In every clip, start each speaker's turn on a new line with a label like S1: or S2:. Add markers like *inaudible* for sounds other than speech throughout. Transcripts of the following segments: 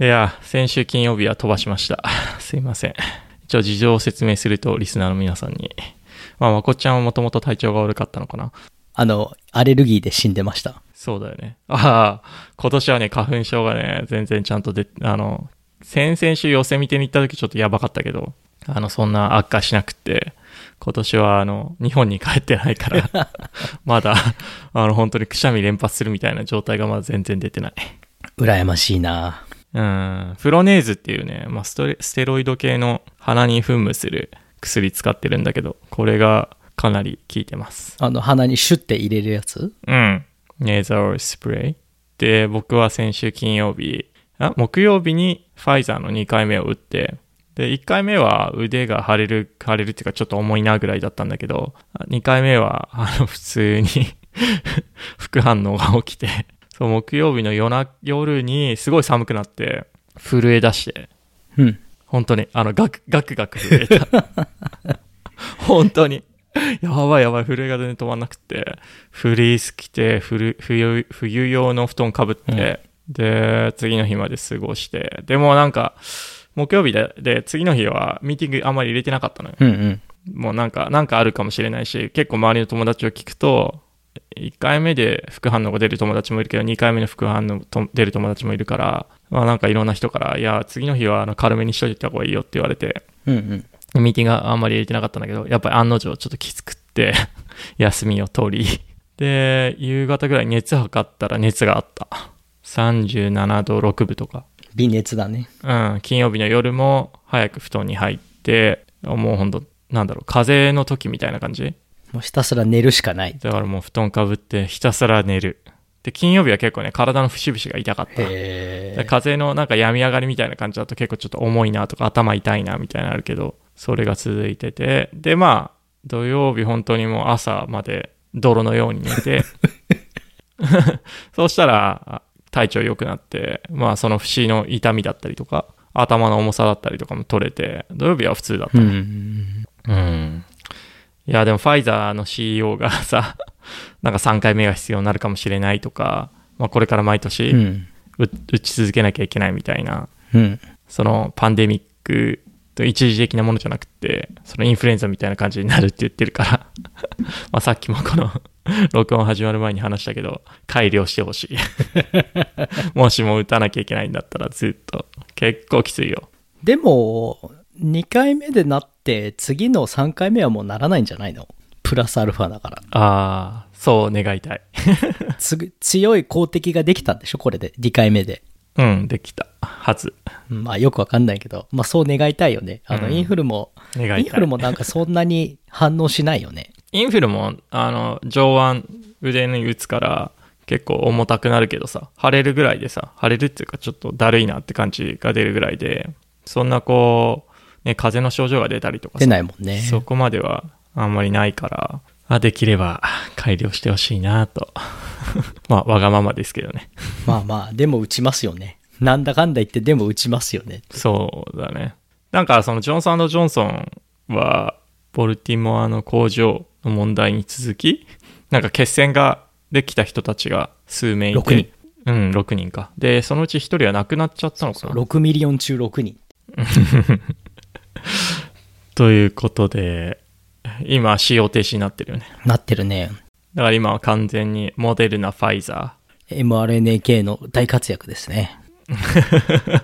S1: いや、先週金曜日は飛ばしました。 *laughs* すいません。一応事情を説明すると、リスナーの皆さんに。まあ、まこっちゃんはもともと体調が悪かったのかな。
S2: あの、アレルギーで死んでました。
S1: そうだよね。ああ、今年はね、花粉症がね、全然ちゃんとで、あの、先々週寄せ見てに行った時ちょっとやばかったけど、あの、そんな悪化しなくって、今年はあの、日本に帰ってないから、まだ、あの、本当にくしゃみ連発するみたいな状態がまだ全然出てない。
S2: 羨ましいな
S1: うん、フロネーズっていうね、まあ、ストレステロイド系の鼻に噴霧する薬使ってるんだけど、これがかなり効いてます。
S2: あの、鼻にシュッて入れるやつ
S1: うん。ネザルスプレイ。で、僕は先週金曜日、あ、木曜日にファイザーの2回目を打って、で、1回目は腕が腫れる、腫れるっていうかちょっと重いなぐらいだったんだけど、2回目は、あの、普通に *laughs* 副反応が起きて、そう、木曜日の夜な、夜にすごい寒くなって、震え出して、
S2: うん。
S1: 本当に、あの、ガク、ガクガク震えた。本当に。やばいやばい、震えが全然止まんなくて、フリース着て、冬、冬冬用の布団かぶって、で、次の日まで過ごして、でもなんか、木曜日で、で、次の日はミーティングあんまり入れてなかったのよ。
S2: うんうん。
S1: もうなんか、なんかあるかもしれないし、結構周りの友達を聞くと、1回目で副反応が出る友達もいるけど、2回目の副反応と出る友達もいるから、まあなんかいろんな人から、いや、次の日はあの軽めにしといた方がいいよって言われて、
S2: うんうん。
S1: ミーティングがあんまり入れてなかったんだけど、やっぱり案の定ちょっときつくって、 *laughs* 休みを取り。で、夕方ぐらい熱測ったら熱があった。37度6分とか。
S2: 微熱だね。
S1: うん、金曜日の夜も早く布団に入って、もうほんと、なんだろう、風邪の時みたいな感じ
S2: もうひたすら寝るしかない。
S1: だからもう布団かぶってひたすら寝る。で、金曜日は結構ね、体の節々が痛かった。
S2: へ
S1: で風邪のなんか病み上がりみたいな感じだと結構ちょっと重いなとか頭痛いなみたいなのあるけど、それが続いてて、でまあ、土曜日本当にもう朝まで泥のように寝て、 *laughs* そうしたらあ体調良くなって、まあその節の痛みだったりとか、頭の重さだったりとかも取れて、土曜日は普通だっ
S2: え。うん。
S1: た。うん。いや、でもファイザーの CEO がさ、 *laughs* なんか3回目が必要になるかもしれないとか、まあこれから毎年、
S2: うん。
S1: 打打ち続けなきゃいけないみたいな、
S2: うん。
S1: そのパンデミックと一時的なものじゃなくて、そのインフルエンザみたいな感じになるって言ってるから、 *laughs* まあさっきもこの *laughs* 録音始まる前に話したけど、改良してほしい。 *laughs* もしも打たなきゃいけないんだったらずっと。結構きついよ。
S2: でも、2回目でなって、次の3回目はもうならないんじゃないのプラスアルファだから。
S1: ああ、そう願いたい。
S2: つ強い公敵ができたんでしょこれで。2回目で。
S1: うん、できた。はず。
S2: まあよくわかんないけど、まあそう願いたいよね。あの、インフルも、
S1: 願いたい。
S2: インフルもなんかそんなに反応しないよ *laughs* ね。
S1: インフルも、あの、上腕、腕に打つから、結構重たくなるけどさ、腫れるぐらいでさ、腫れるっていうか、ちょっとだるいなって感じが出るぐらいで、そんなこう、ね、風邪の症状が出たりとかさ
S2: 出ないもんね。
S1: そこまではあんまりないから、あできれば改良してほしいなと。 *laughs* まあ、わがままですけどね。
S2: まあまあ、でも打ちますよね。なんだかんだ言って、でも打ちますよね。
S1: そうだね。なんか、その、ジョンソンジョンソンは、ボルティモアの工場の問題に続き、なんか決戦ができた人たちが数名いて。
S2: 6人。
S1: うん、6人か。で、そのうち1人は亡くなっちゃったのかな。
S2: 6ミリオン中6人。
S1: ということで、今、使用停止になってるよね。
S2: なってるね。
S1: だから今は完全にモデルナ、ファイザ
S2: mRNA 系の大活躍ですね。
S1: ー。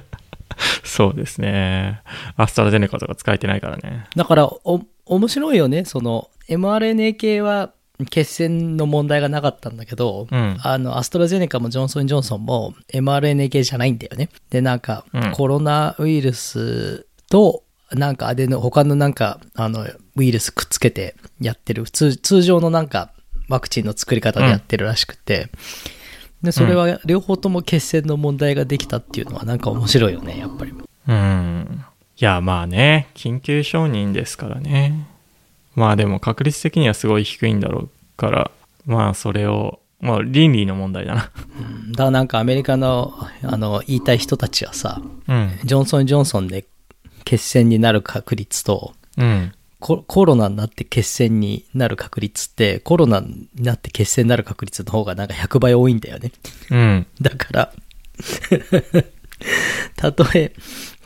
S1: そうですね。アストラゼネカとか使えてないからね。
S2: だから、お、面白いよね。その、mRNA 系は、血栓の問題がなかったんだけど、
S1: うん
S2: あの、アストラゼネカもジョンソン・ジョンソンも mRNA 系じゃないんだよね。で、なんか
S1: うん、
S2: コロナウイルスと、なんかアデノ、他のなんか、あの、ウイルスくっつけてやってる、普通、通常のなんか、ワクチンの作り方でやってるらしくて、で、それは両方とも血栓の問題ができたっていうのはなんか面白いよね、やっぱり。
S1: うん。いや、まあね、緊急承認ですからね。まあでも確率的にはすごい低いんだろうから、まあそれを、まあ倫理の問題だな。
S2: うんだからなんかアメリカの、あの、言いたい人たちはさ、
S1: うん。
S2: ジョンソン・ジョンソンで血栓になる確率と、
S1: うん。
S2: ココロナになって血栓になる確率って、コロナになって血栓になる確率の方がなんか100倍多いんだよね。
S1: うん。
S2: だから、 *laughs* たとえ、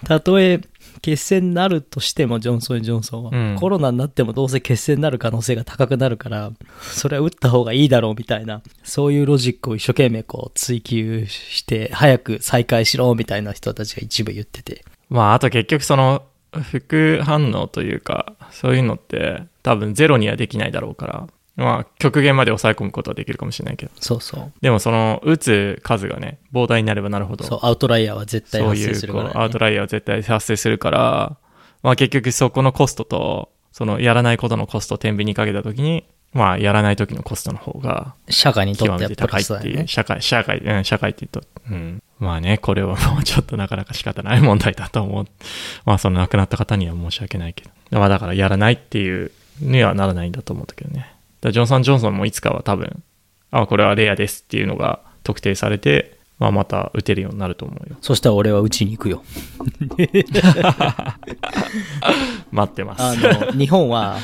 S2: たとえ、血栓になるとしても、ジョンソン・ジョンソンは、
S1: うん
S2: コロナになってもどうせ血栓になる可能性が高くなるから、それは打った方がいいだろうみたいな、そういうロジックを一生懸命こう追求して、早く再開しろみたいな人たちが一部言ってて。
S1: まあ、あと結局その、副反応というか、そういうのって多分ゼロにはできないだろうから、まあ、極限まで抑え込むことはできるかもしれないけど。
S2: そうそう。
S1: でもその、打つ数がね、膨大になればなるほど、
S2: そう、アウトライヤーは絶対
S1: そう
S2: 発
S1: い
S2: 生す
S1: う、
S2: る
S1: こ
S2: から、
S1: う
S2: ね、、
S1: アウトライヤーは絶対発生するから、まあ結局そこのコストと、その、やらないことのコストを天秤にかけたときに、まあ、やらないときのコストの方が、
S2: 社会にと
S1: 極
S2: っ
S1: め
S2: ては
S1: て
S2: プ
S1: 高
S2: ラ
S1: いっ
S2: スだ
S1: て
S2: よ
S1: い
S2: ね
S1: う、。社会、社会、うん、社会って言うと、うん。まあね、これは *laughs* もうちょっとなかなか仕方ない問題だと思う。まあ、その亡くなった方には申し訳ないけど。まあ、だからやらないっていうにはならないんだと思うんだけどね。だからジョンソン・ジョンソンもいつかは多分、あ、これはレアですっていうのが特定されて、まあ、また打てるようになると思うよ。
S2: そしたら俺はうちに行くよ。
S1: 待ってます。
S2: あの、日本は、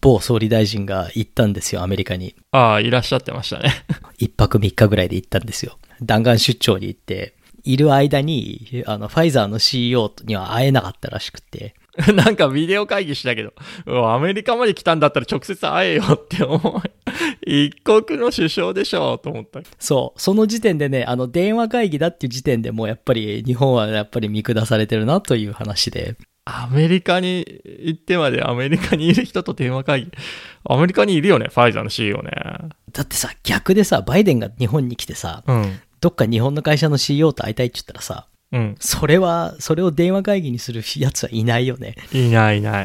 S2: 某総理大臣が行ったんですよ、アメリカに。
S1: ああ、いらっしゃってましたね。 *laughs*
S2: 一泊三日ぐらいで行ったんですよ。弾丸出張に行って、いる間に、あの、ファイザーの CEO には会えなかったらしくて、
S1: なんかビデオ会議したけど、うわアメリカまで来たんだったら直接会えよって思い、一国の首相でしょと思った。
S2: そう、その時点でね、あの、電話会議だっていう時点でもうやっぱり、日本はやっぱり見下されてるなという話で、
S1: アメリカに行ってまでアメリカにいる人と電話会議。アメリカにいるよね、ファイザーの CEO ね。
S2: だってさ、逆でさ、バイデンが日本に来てさ、
S1: うん。
S2: どっか日本の会社の CEO と会いたいって言ったらさ、
S1: うん。
S2: それは、それを電話会議にするやつはいないよね。
S1: いないいな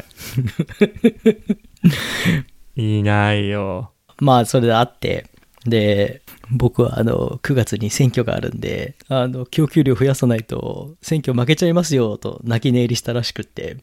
S1: い。いないよ。
S2: まあ、それであって、で、僕はあの、9月に選挙があるんで、あの、供給量増やさないと、選挙負けちゃいますよ、と泣き寝入りしたらしくって、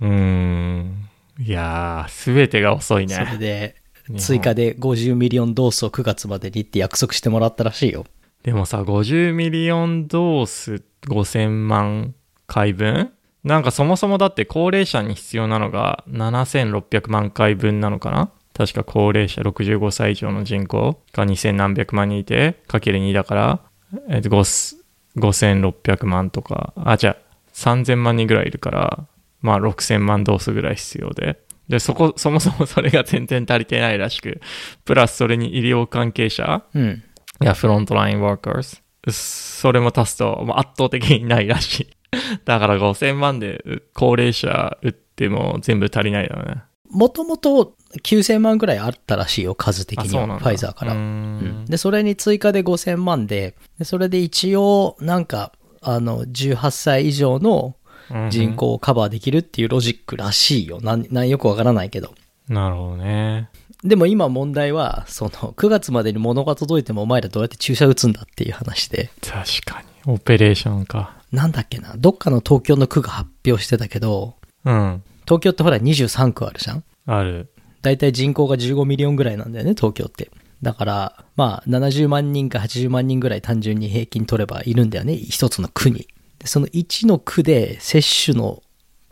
S1: うーん。いやー、すべてが遅い
S2: それ
S1: ね。
S2: で、
S1: 本
S2: 追加で50ミリオンドースを9月までにって約束してもらったらしいよ。
S1: でもさ、50ミリオンドース5000万回分なんかそもそもだって高齢者に必要なのが7600万回分なのかな確か高齢者65歳以上の人口が2000何百万人いて、かける2だから、えっと、5 5600万とか、あ、じゃ3000万人ぐらいいるから、まあ6000万ドースぐらい必要で。で、そこ、そもそもそれが全然足りてないらしく、プラスそれに医療関係者
S2: うん。
S1: いや、フロントラインワーカーズ。それも足すと、もう圧倒的にないらしい。 *laughs* だから5000万でう高齢者打っても全部足りないだろうね。
S2: もともと9000万ぐらいあったらしいよ、数的
S1: あ、
S2: に
S1: そう
S2: は、
S1: なんだ。
S2: ファイザーから
S1: う。
S2: うん
S1: ん。
S2: で、それに追加で5000万で、でそれで一応、なんか、あの、18歳以上の
S1: うん
S2: 人。口をカバーできるっていうロジックらしいよ。なん、なんよくわからないけど。
S1: なるほどね。
S2: でも今問題は、その、9月までに物が届いてもお前らどうやって注射打つんだっていう話で。
S1: 確かに。オペレーションか。
S2: なんだっけな、どっかの東京の区が発表してたけど、
S1: うん。
S2: 東京ってほら23区あるじゃん
S1: ある。 *laughs*
S2: だいたい人口が15ミリオンぐらいなんだよね、東京って。だから、まあ、70万人か80万人ぐらい単純に平均取ればいるんだよね、一つの区に。でその1の区で接種の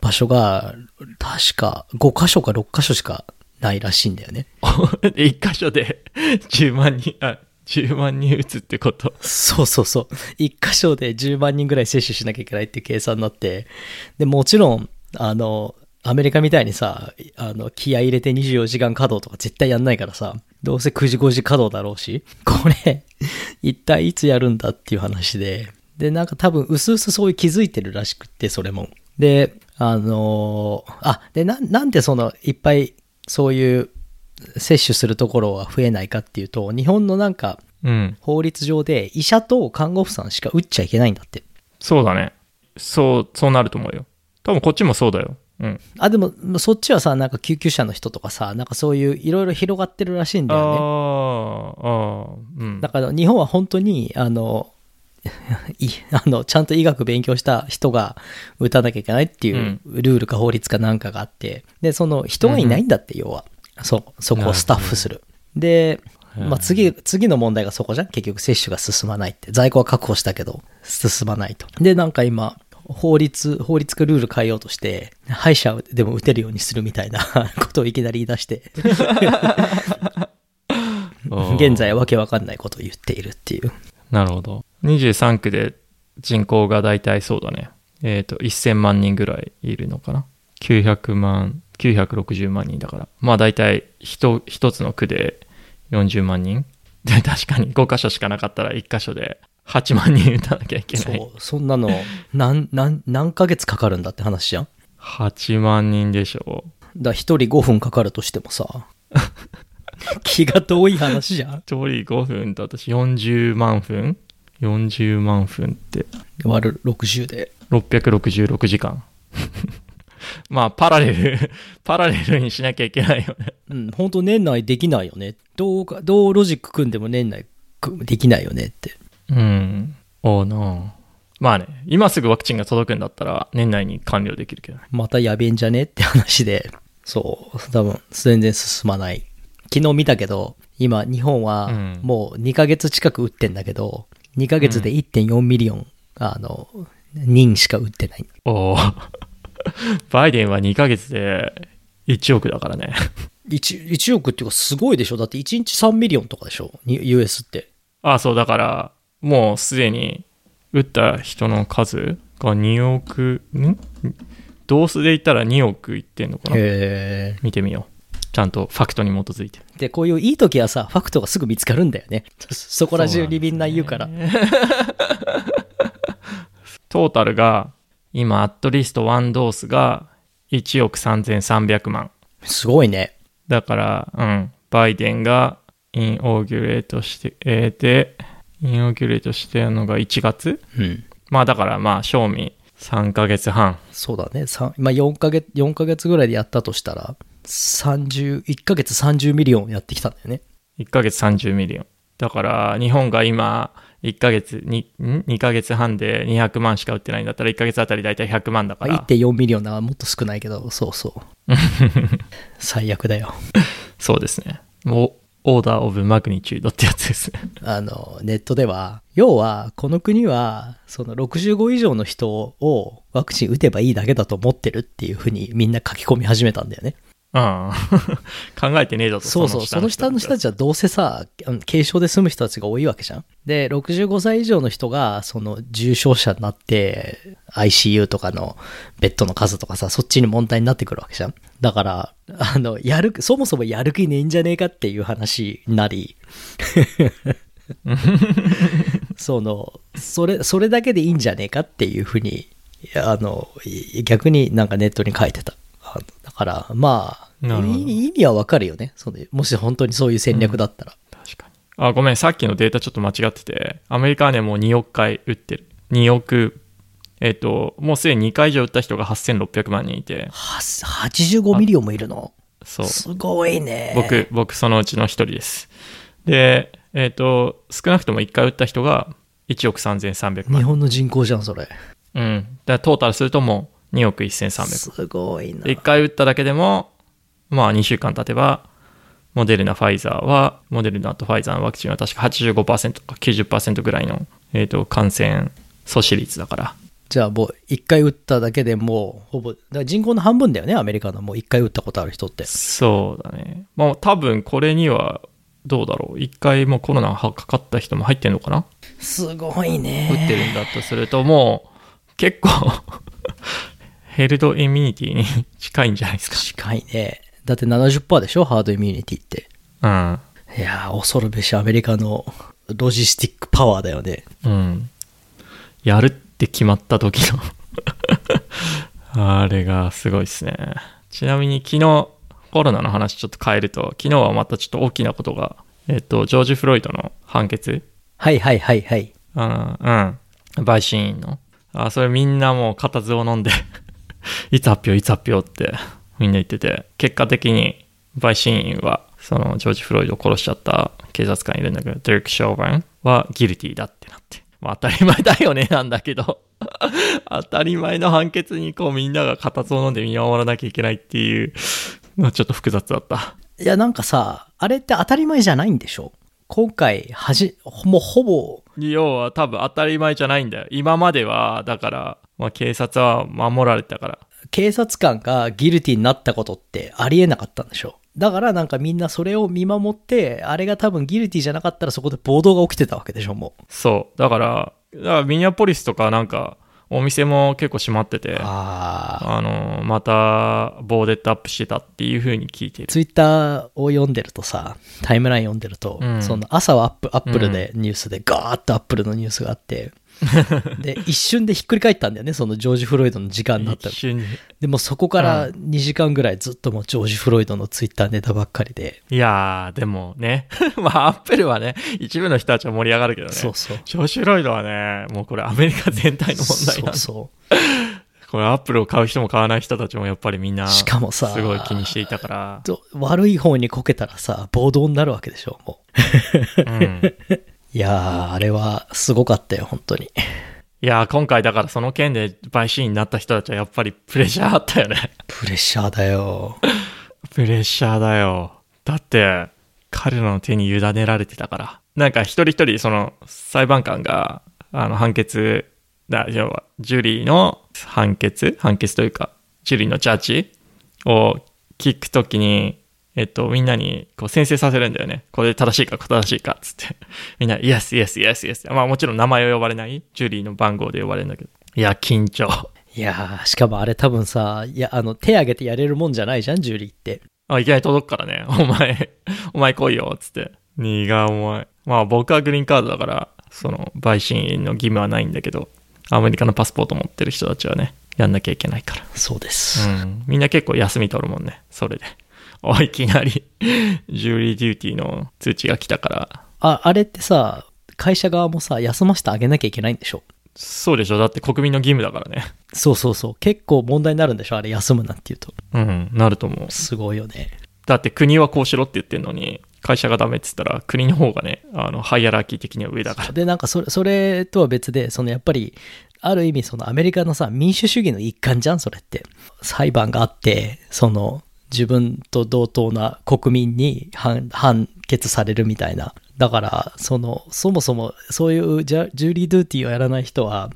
S2: 場所が、確か5箇所か6箇所しかないらしいんだよね。
S1: で、一箇所で10万人、あ、10万人打つってこと。
S2: そうそうそう。一箇所で10万人ぐらい接種しなきゃいけないっていう計算になって。で、もちろん、あの、アメリカみたいにさ、あの、気合い入れて24時間稼働とか絶対やんないからさ、どうせ9時5時稼働だろうし、これ、一体いつやるんだっていう話で。で、なんか多分、うすうすそういう気づいてるらしくって、それも。で、あのあ、で、な、なんでその、いっぱい、そういう、接種するところは増えないかっていうと、日本のなんか、
S1: うん。
S2: 法律上で医者と看護婦さんしか打っちゃいけないんだって。
S1: そうだね。そう、そうなると思うよ。多分こっちもそうだよ。うん。
S2: あ、でも、そっちはさ、なんか救急車の人とかさ、なんかそういういろいろ広がってるらしいん
S1: あ
S2: だよ
S1: あ、
S2: ね。
S1: ああ、うん。
S2: だから日本は本当に、あの、 *laughs* いあのちゃんと医学勉強した人が打たなきゃいけないっていうルールか法律かなんかがあって、で、その人がいないんだって、要は。そう、そこをスタッフする。で、まあ、次、次の問題がそこじゃん結局接種が進まないって。在庫は確保したけど、進まないと。で、なんか今、法律、法律かルール変えようとして、歯医者でも打てるようにするみたいな *laughs* ことをいきなり言い出して、現在わけわかんないことを言っているっていう。
S1: なるほど。23区で人口が大体そうだね。えっ、と、1000万人ぐらいいるのかな。900万、960万人だから。まあ大体一一つの区で40万人。で、確かに5箇所しかなかったら1箇所で8万人打たなきゃいけない。
S2: そう、そ
S1: *laughs*
S2: んなの、なん、なん、何ヶ月かかるんだって話じゃん。
S1: 8万人でしょ
S2: だ、一人5分かかるとしても
S1: *laughs*
S2: さ、気が遠い話じゃん。
S1: 一人5分と私40万分 ?40 万分って
S2: 割る60で。
S1: 666時間。 *laughs* まあ、パラレル、パラレルにしなきゃいけないよね。
S2: うん、本当年内できないよね。どうか、どうロジック組んでも年内組できないよねって。
S1: うん。おうなまあね、今すぐワクチンが届くんだったら、年内に完了できるけどね。
S2: またやべえんじゃねって話で、そう、多分全然進まない。昨日見たけど、今日本は
S1: うん
S2: もう2ヶ月近く打ってんだけど、2ヶ月で1.4ミリオン、あの、人しか打ってない。
S1: おお。 *laughs* バイデンは2ヶ月で1億だからね。 *laughs*
S2: 1, 1億っていうかすごいでしょだって1日3ミリオンとかでしょに ?US って。
S1: ああ、そう、だから、もうすでに打った人の数が2億、ん同数で言ったら2億いってんのかな
S2: へ
S1: 見てみよう。ちゃんとファクトに基づいて。
S2: え。で、こういういい時はさ、ファクトがすぐ見つかるんだよね。そそこら
S1: そうな
S2: 中
S1: んです
S2: に
S1: ね
S2: みんな言うから。
S1: トータルが、今、アットリスト1ドースが1億3300万。
S2: すごいね。
S1: だから、うん、バイデンがインオーギュレートして、えーで、インオーギュレートしてるのが1月
S2: うん。
S1: まあだからまあ、賞味3ヶ月半。
S2: そうだね。さんまあ、4ヶ月、4ヶ月ぐらいでやったとしたら、30、1ヶ月30ミリオンやってきたんだよね。
S1: 1ヶ月30ミリオン。だから、日本が今、1ヶ月に、ん ?2 ヶ月半で200万しか売ってないんだったら、1ヶ月あたりだいたい100万だか
S2: まあ
S1: ら。
S2: 1.4ミリオンならもっと少ないけど、そうそう。
S1: *laughs*
S2: 最悪だよ。
S1: そうですね。もう、オーダーオブマグニチュードってやつですね。
S2: あの、ネットでは、要は、この国は、その65以上の人をワクチン打てばいいだけだと思ってるっていうふうにみんな書き込み始めたんだよね。
S1: うん。 *laughs* 考えてねえだと
S2: そうそう、その下の人たちはどうせさ、あの軽症で済む人たちが多いわけじゃん。で、65歳以上の人が、その重症者になって、ICU とかのベッドの数とかさ、そっちに問題になってくるわけじゃん。だから、あの、やる、そもそもやる気ねえんじゃねえかっていう話になり、その、それ、それだけでいいんじゃねえかっていうふうに、いやあの、い逆になんかネットに書いてた。あのだから、まあ、
S1: なるほど
S2: い意味はわかるよね。そのもし本当にそういう戦略だったら。
S1: 確かに。あ、ごめん、さっきのデータちょっと間違ってて、アメリカはね、もう2億回打ってる。2億、えっ、と、もうすでに2回以上打った人が8600万人いて、
S2: は85ミリオンもいるの
S1: そう。
S2: すごいね。
S1: 僕、僕、そのうちの一人です。で、えっ、と、少なくとも1回打った人が1億3300
S2: 日
S1: 万。
S2: 本の人口じゃん、それ。
S1: うん。だからトータルするともう2億1300
S2: すごいな。
S1: で1回打っただけでも、まあ2週間経てば、モデルナ、ファイザーは、モデルナとファイザーのワクチンは確か85%か90%ぐらいの、えー、と感染阻止率だから。
S2: じゃあもう1回打っただけでもう、ほぼ、だから人口の半分だよね、アメリカの。もう1回打ったことある人って。
S1: そうだね。まあ多分これには、どうだろう。1回もうコロナはかかった人も入ってんのかな
S2: すごい
S1: 打って
S2: ね。
S1: るんだとすると、もう結構、 *laughs* ヘルドイミュニティに近いんじゃないですか。
S2: 近いね。だって70%でしょ、ハードイミュニティって。
S1: うん。
S2: いやー、恐るべしアメリカのロジスティックパワーだよね。
S1: うん。やるって決まった時の。あれがすごいですね。ちなみに昨日、コロナの話ちょっと変えると、昨日はまたちょっと大きなことが、えっと、ジョージ・フロイドの判決
S2: はいはいはいはい。
S1: あのうん。陪審員の。あ、それみんなもう固唾を飲んで、 *laughs* いつ発表、いつ発表ってみんな言ってて、結果的に陪審員は、そのジョージ・フロイドを殺しちゃった警察官いるんだけど、デリック・ショーバンはギルティだってなって。まあ当たり前だよねなんだけど、 *laughs* 当たり前の判決にこうみんなが固唾を飲んで見守らなきゃいけないっていうのはちょっと複雑だった。
S2: いや、なんかさ、あれって当たり前じゃないんでしょ今回、はじ、もうほぼ、
S1: 要は多分当たり前じゃないんだよ。今までは、だから、まあ、警察は守られてたから。
S2: 警察官がギルティになったことってありえなかったんでしょだからなんかみんなそれを見守って、あれが多分ギルティじゃなかったらそこで暴動が起きてたわけでしょ、もう。
S1: そう。だから、だからミニアポリスとかなんか、お店も結構閉まってて、
S2: ああ。
S1: あの、また、ボーデットアップしてたっていう風に聞いてる。
S2: ツイッターを読んでるとさ、タイムライン読んでると、
S1: うん
S2: その朝はアップアップルでニュースで、ガーッとアップルのニュースが
S1: *laughs*
S2: あって、で、一瞬でひっくり返ったんだよね、そのジョージ・フロイドの時間だった
S1: 一瞬に。
S2: でもそこから2時間ぐらいずっともうジョージ・フロイドのツイッターネタばっかりで、
S1: いやー、でもね、 *laughs* まあ、アップルはね、一部の人たちは盛り上がるけどね。
S2: そうそう。
S1: ジョシュ・ロイドはね、もうこれアメリカ全体の問題なん
S2: そう
S1: で
S2: そ
S1: これアップルを買う人も買わない人たちもやっぱりみんな、
S2: う。しかもさ、
S1: すごい気にしていたから。
S2: ど悪い方にこけたらさ、暴動になるわけでしょ、もう。
S1: うん、
S2: いやー、あれはすごかったよ、本当に。
S1: いやー、今回だからその件で陪審員になった人たちはやっぱりプレッシャーあったよね。
S2: プレッシャーだよ。
S1: プレッシャーだよ。だって、彼らの手に委ねられてたから。なんか一人一人、その、裁判官が、あの、判決、だ、要は、ジュリーの判決判決というか、ジュリーのジャッジを聞くときに、えっと、みんなに、こう、宣誓させるんだよね。これ正しいか、正しいか、つって。 *laughs* みんな、イエス、イエス、イエス、イエス。まあ、もちろん名前を呼ばれない。ジュリーの番号で呼ばれるんだけど。いや、緊張。
S2: いやー、しかもあれ多分さ、いや、あの、手挙げてやれるもんじゃないじゃん、ジュリーって。
S1: あ、いきなり届くからね。 *laughs* お前、お前来いよ、つって。荷が重い。まあ僕はグリーンカードだから、その、陪審員の義務はないんだけど、アメリカのパスポート持ってる人たちはね、やんなきゃいけないから。
S2: そうです。
S1: うん。 *laughs* みんな結構休み取るもんね、それで。 *laughs* おい、いきなり、 *laughs* ジュリーデューティーの通知が来たから。
S2: あ、あれってさ、会社側もさ、休ませてあげなきゃいけないんでしょ
S1: そうでしょだって国民の義務だからね。
S2: そうそうそう。結構問題になるんでしょあれ休むなんて言うと。
S1: うん、なると思う。
S2: すごいよね。
S1: だって国はこうしろって言ってんのに、会社がダメって言ったら、国の方がね、あの、ハイアラーキー的には上だから。
S2: で、なんかそれ、それとは別で、そのやっぱり、ある意味そのアメリカのさ、民主主義の一環じゃん、それって。裁判があって、その、自分と同等な国民に判判決されるみたいな。だから、その、そもそも、そういうジャジュリー・ドゥーティーをやらない人は、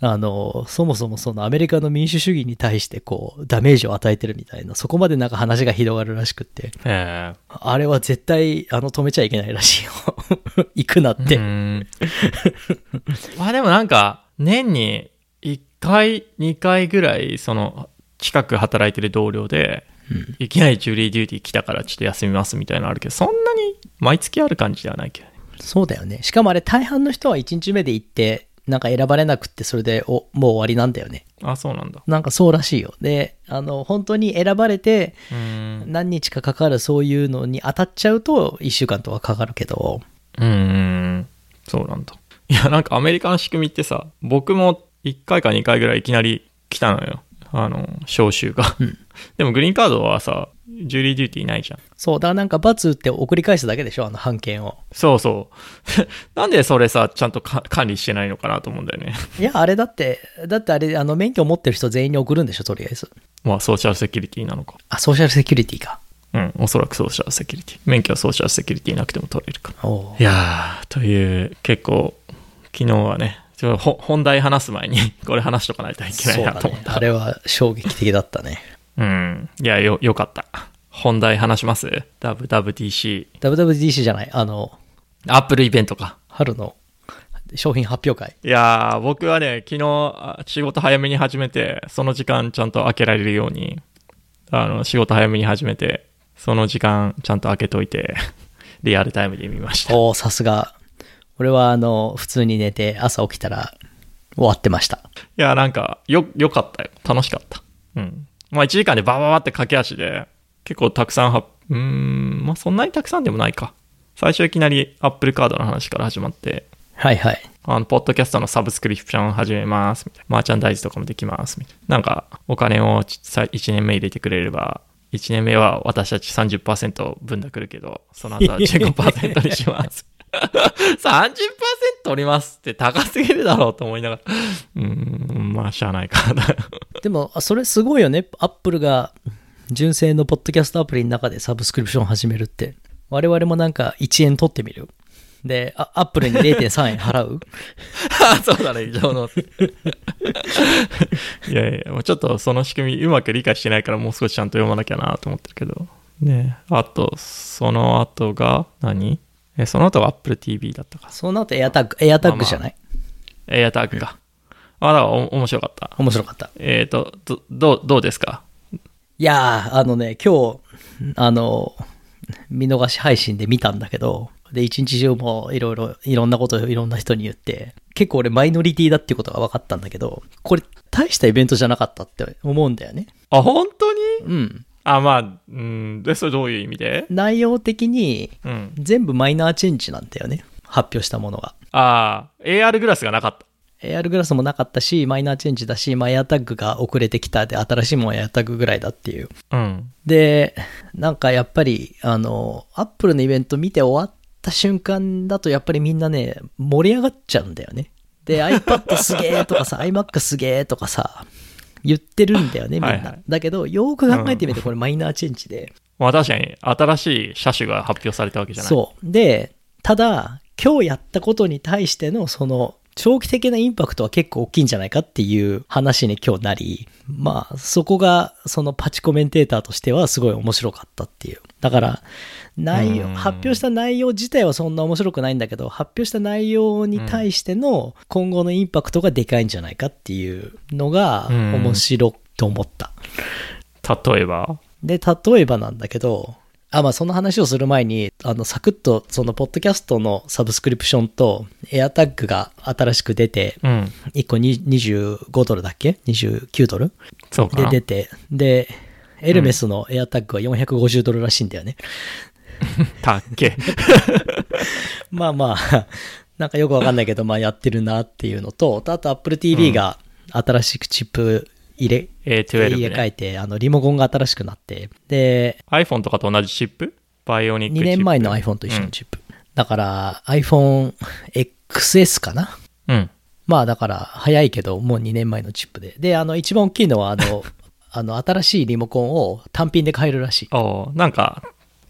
S2: あの、そもそもそのアメリカの民主主義に対して、こう、ダメージを与えてるみたいな、そこまでなんか話が広がるらしくって、
S1: ええ
S2: あれは絶対、あの、止めちゃいけないらしいよ。 *laughs* 行くなって。
S1: うーんまあでもなんか、年に1回、2回ぐらい、その、近く働いてる同僚で、いきなりジュリーデューティー来たからちょっと休みますみたいなのあるけど、そんなに毎月ある感じではないけどね。
S2: そうだよね。しかもあれ大半の人は1日目で行って、なんか選ばれなくってそれで、お、もう終わりなんだよね。
S1: あ、そうなんだ。
S2: なんかそうらしいよ。で、あの、本当に選ばれて、
S1: うーん。
S2: 何日かかかるそういうのに当たっちゃうと、1週間とかかかるけど、
S1: うーん。そうなんだ。いや、なんかアメリカの仕組みってさ、僕も1回か2回ぐらいいきなり来たのよ。あの、招集が。でもグリーンカードはさ、ジュリーデューティーないじゃん。
S2: そう、だからなんか罰打って送り返すだけでしょ、あの判件を。
S1: そうそう。 *laughs* なんでそれさ、ちゃんとか管理してないのかなと思うんだよね。 *laughs*
S2: いや、あれだって、だってあれ、あの、免許持ってる人全員に送るんでしょ、とりあえず。
S1: まあ、ソーシャルセキュリティなのか。
S2: あ、ソーシャルセキュリティか。
S1: うん、おそらくソーシャルセキュリティ。免許はソーシャルセキュリティなくても取れるかな。
S2: お
S1: い
S2: う
S1: やー、という、結構、昨日はね、ちょほ本題話す前に、 *laughs* これ話しとかないといけな
S2: そ
S1: いうな
S2: だ
S1: と思
S2: ね
S1: っ。た。
S2: あれは衝撃的だったね。
S1: うん。いや、よ、よかった。本題話します ?WWDC。
S2: WWDC じゃない、あの、
S1: アップルイベントか。
S2: 春の商品発表会。
S1: いやー、僕はね、昨日、あ仕事早めに始めて、その時間ちゃんと開けられるように、あの、仕事早めに始めて、その時間ちゃんと開けといて、 *laughs* リアルタイムで見ました。
S2: おおさすが。俺は、あの、普通に寝て、朝起きたら、終わってました。
S1: いや、なんか、よ、良かったよ。楽しかった。うん。まあ、1時間でバババって駆け足で、結構たくさんは、うーん、まあ、そんなにたくさんでもないか。最初いきなり Apple カードの話から始まって、
S2: はいはい。
S1: あの、ポッドキャストのサブスクリプションを始めます、みたいな。マーチャンダイズとかもできます、みたいな。なんか、お金を1年目入れてくれれ *laughs* ば、1年目は私たち30%分だくるけど、その後は15%にし *laughs* ます。30%取りますって高すぎるだろうと思いながら。うーん、まあ、しゃあないかな。
S2: でも、あそれすごいよね。アップルが、純正のポッドキャストアプリの中でサブスクリプション始めるって。我々もなんか1円取ってみる。で、あアップルに0.3円払う
S1: あ *laughs* そうだね、異常の。いやいや、もうちょっとその仕組みうまく理解してないから、もう少しちゃんと読まなきゃなと思ってるけど。で、あと、その後が何、え、その後が Apple TV だったか。
S2: その後エアタッグ、エアタッグじゃない、
S1: エアタッグか。あ、だからお面白かった。
S2: 面白かった。
S1: えっ、と、ど、どう、どうですか
S2: いやー、あのね、今日、あの、見逃し配信で見たんだけど、で、一日中もいろいろ、いろんなことをいろんな人に言って、結構俺マイノリティだっていうことが分かったんだけど、これ大したイベントじゃなかったって思うんだよね。
S1: あ、本当に
S2: うん。
S1: あ、まあ、うん、で、それどういう意味で
S2: 内容的に
S1: うん。
S2: 全部マイナーチェンジなんだよね。発表したものが。
S1: ああ、AR グラスがなかった。
S2: AR グラスもなかったし、マイナーチェンジだし、マイアタッグが遅れてきたで、新しいもんエアタッグぐらいだっていう。
S1: うん。
S2: で、なんかやっぱり、あの、アップルのイベント見て終わった瞬間だと、やっぱりみんなね、盛り上がっちゃうんだよね。
S1: *laughs*
S2: で、iPad すげえとかさ、iMac すげえとかさ、言ってるんだよね、みんな。
S1: はいはい
S2: だけど、よーく考えてみて、これマイナーチェンジで。
S1: まあ確かに、新しい車種が発表されたわけじゃない。
S2: そう。で、ただ、今日やったことに対しての、その、長期的なインパクトは結構大きいんじゃないかっていう話に今日なり、まあ、そこが、そのパチコメンテーターとしてはすごい面白かったっていう。だから、内容、
S1: うん
S2: 発表した内容自体はそんな面白くないんだけど、発表した内容に対しての今後のインパクトがでかいんじゃないかっていうのが
S1: うん
S2: 面白いと思った。
S1: 例えば
S2: で、例えばなんだけど、あ、まあ、その話をする前に、あの、サクッと、その、ポッドキャストのサブスクリプションと、エアタッグが新しく出て、
S1: うん。
S2: 1個に25ドルだっけ ?29 ドル
S1: そうか
S2: で
S1: な。
S2: 出て、で、エルメスのエアタッグは450ドルらしいんだよね。
S1: たっ
S2: *laughs*
S1: け。
S2: まあまあ、 *laughs* なんかよくわかんないけど、まあやってるなっていうのと、あと Apple TV が新しくチップ入れ、
S1: A12 ね
S2: 入れ替えて、あの、リモコンが新しくなって、で、
S1: iPhone とかと同じチップバイオニックチ
S2: 2
S1: ップ。
S2: 年前の iPhone と一緒のチップ。だから、iPhoneXS かな
S1: うん。
S2: まあだから、早いけど、もう2年前のチップで。で、あの、一番大きいのは、あの、 *laughs* あの、新しいリモコンを単品で買えるらしい。
S1: ああ、なんか、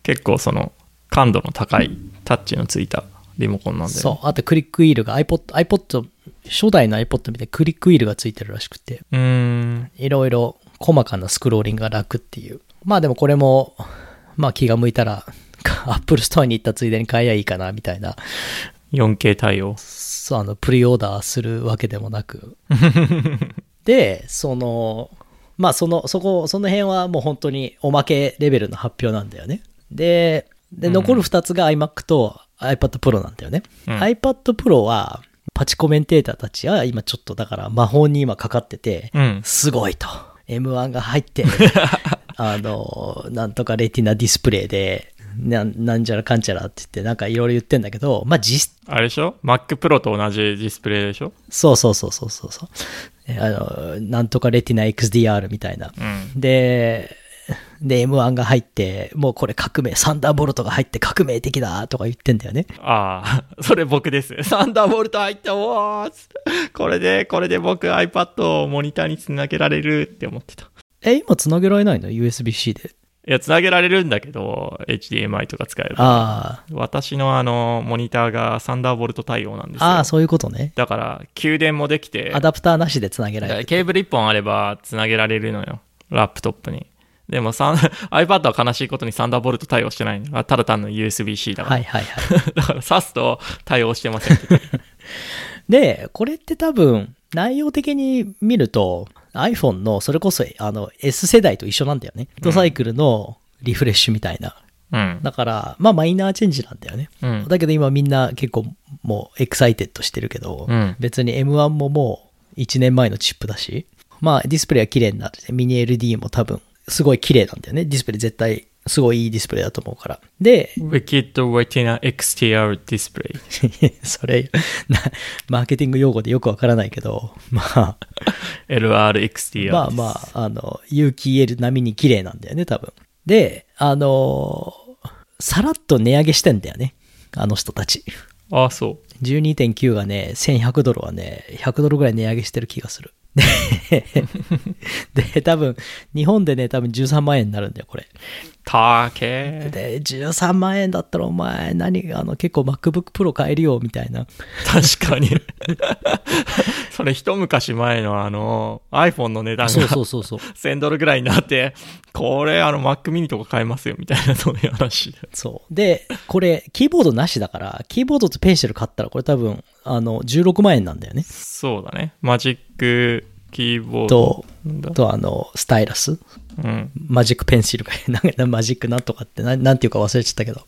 S1: 結構その、感度の高いタッチのついたリモコンなんで、ね。
S2: そう。あと、クリックウィールが iPod、iPod、初代の iPod みたいにクリックウィールがついてるらしくて、
S1: う。うーん。
S2: いろいろ細かなスクローリングが楽っていう。まあでもこれも、まあ気が向いたら、Apple Store に行ったついでに買えやいいかな、みたいな。
S1: 4K 対応。
S2: そうあのプリオーダーするわけでもなく
S1: *laughs*
S2: でそのまあそのそこその辺はもう本当におまけレベルの発表なんだよねでで残る2つが iMac と iPad Pro なんだよね、
S1: うん
S2: iPad Pro はパチコメンテーターたちは今ちょっとだから魔法に今かかってて、
S1: うん。
S2: すごいと M1 が入って
S1: *laughs*
S2: あのなんとかレティナディスプレイでなんなんじゃらかんちゃらって言ってなんかいろいろ言ってんだけどまあ実
S1: あれでしょ ?Mac Pro と同じディスプレイでしょ
S2: そうそうそうそうそうそう。えあの、なんとかレティナ XDR みたいな。
S1: うん。
S2: で、で、M1 が入って、もうこれ革命、サンダーボルトが入って革命的だとか言ってんだよね。
S1: ああ、 *laughs* それ僕です。サンダーボルト入ったわーこれで、これで僕 iPad をモニターにつなげられるって思ってた。
S2: え、今繋げられないの ?USB-C で。
S1: いや、つなげられるんだけど、HDMI とか使えば。
S2: あ
S1: 私のあの、モニターがサンダーボルト対応なんです
S2: あ、ああ、
S1: よ。
S2: そういうことね。
S1: だから、給電もできて
S2: ア、ダプターなしで繋げられる。
S1: ケーブル1本あればつなげられるのよ。ラップトップに。でもサン、iPad *laughs* は悲しいことにサンダーボルト対応してないの。ただ単の USB-C だから。
S2: はいはいはい。
S1: *laughs* だから、挿すと対応してません。
S2: *laughs* で、これって多分、内容的に見ると、iPhone の、それこそ、あの、S 世代と一緒なんだよね。ドサイクルのリフレッシュみたいな。
S1: うん。
S2: だから、まあ、マイナーチェンジなんだよね。
S1: うん
S2: だけど今みんな結構もうエクサイテッドしてるけど、
S1: うん
S2: 別に M1 ももう1年前のチップだし、まあディスプレイは綺麗になってて、ミニ LD も多分すごい綺麗なんだよね。ディスプレイ絶対すごいいいディスプレイだと思うから。で、 *laughs*
S1: Wicked Retina XTR Display。
S2: それな、マーケティング用語でよくわからないけど、まあ、
S1: LRXTR。
S2: まあまあ、あの、有機 EL 並みに綺麗なんだよね、多分。で、あのーさらっと値上げしてんだよね。あの人たち。
S1: あ。あ、そう。
S2: 12.9がね、1100ドルはね、100ドルぐらい値上げしてる気がする。でで、多分、日本でね、多分13万円になるんだよ、これ。
S1: たけー。
S2: で、13万円だったらお前、何、あの、結構 MacBook Pro 買えるよ、みたいな。
S1: 確かに。 *laughs* それ一昔前のあの iPhone の値段
S2: そう
S1: が
S2: そうそうそう。
S1: 1000ドルぐらいになって、これあの Mac mini とか買えますよみたいなそういう話で。
S2: *laughs* そう。で、これ、キーボードなしだから、キーボードとペンシル買ったら、これ多分、あの、16万円なんだよね。
S1: そうだね。マジックキーボード
S2: と、
S1: なんだ。
S2: と、あの、スタイラス
S1: うん。
S2: マジックペンシルが、なんかマジックなんとかって、ななんていうか忘れちゃったけど。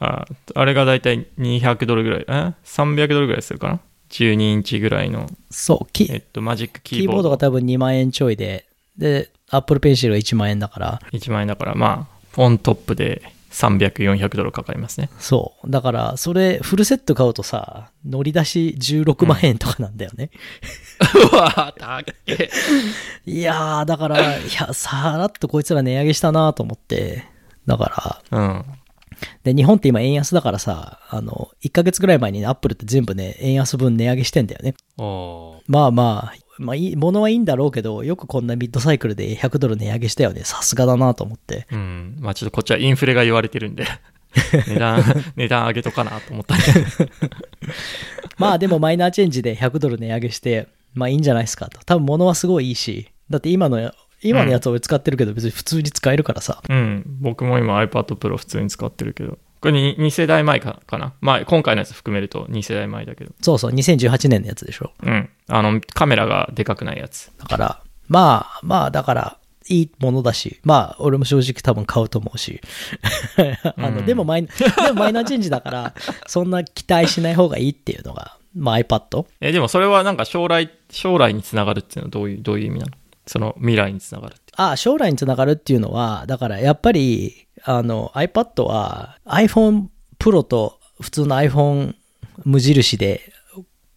S1: ああれがだいたい200ドルぐらい、え ?300 ドルぐらいするかな ?12 インチぐらいの、
S2: そう、キ
S1: えっと、マジックキ
S2: キー
S1: ー
S2: ボ
S1: ボ
S2: ー
S1: ー
S2: ド
S1: ド
S2: が多分2万円ちょいで、で、Apple Pencil が1万円だから、
S1: 1万円だから、まあ、フォントップで300、400ドルかかりますね。
S2: そう。だから、それ、フルセット買うとさ、乗り出し16万円とかなんだよね。
S1: うわたっけ。
S2: いやー、だから、いや、さらっとこいつら値上げしたなと思って、だから、
S1: うん。
S2: で、日本って今円安だからさ、あの、1ヶ月ぐらい前にねアップルって全部ね、円安分値上げしてんだよね。
S1: お
S2: まあまあ、まあいい、物はいいんだろうけど、よくこんなミッドサイクルで100ドル値上げしたよね。さすがだなと思って。
S1: うん。まあちょっとこっちはインフレが言われてるん *laughs* で、値段、値段上げとかなと思ったり。
S2: まあでもマイナーチェンジで100ドル値上げして、まあいいんじゃないですかと。多分物はすごいいいし、だって今の、今のやつ俺使ってるけど別に普通に使えるからさ。
S1: うん。僕も今 iPad Pro 普通に使ってるけど。これに 2, 世代前かかな。まあ今回のやつ含めると2世代前だけど。
S2: そうそう、2018年のやつでしょ。
S1: うん。あの、カメラがでかくないやつ。
S2: だから、まあまあだから、いいものだし、まあ俺も正直多分買うと思うし。 *laughs* あの、でもマイ、でもマイナーチェンジだから、そんな期待しない方がいいっていうのが、まあ iPad?
S1: え、でもそれはなんか将来、将来につながるっていうのはどういう、どういう意味なのその未来につながるって。
S2: あ将来につながるっていうのは、だからやっぱり、あの、iPad は iPhone Pro と普通の iPhone 無印で、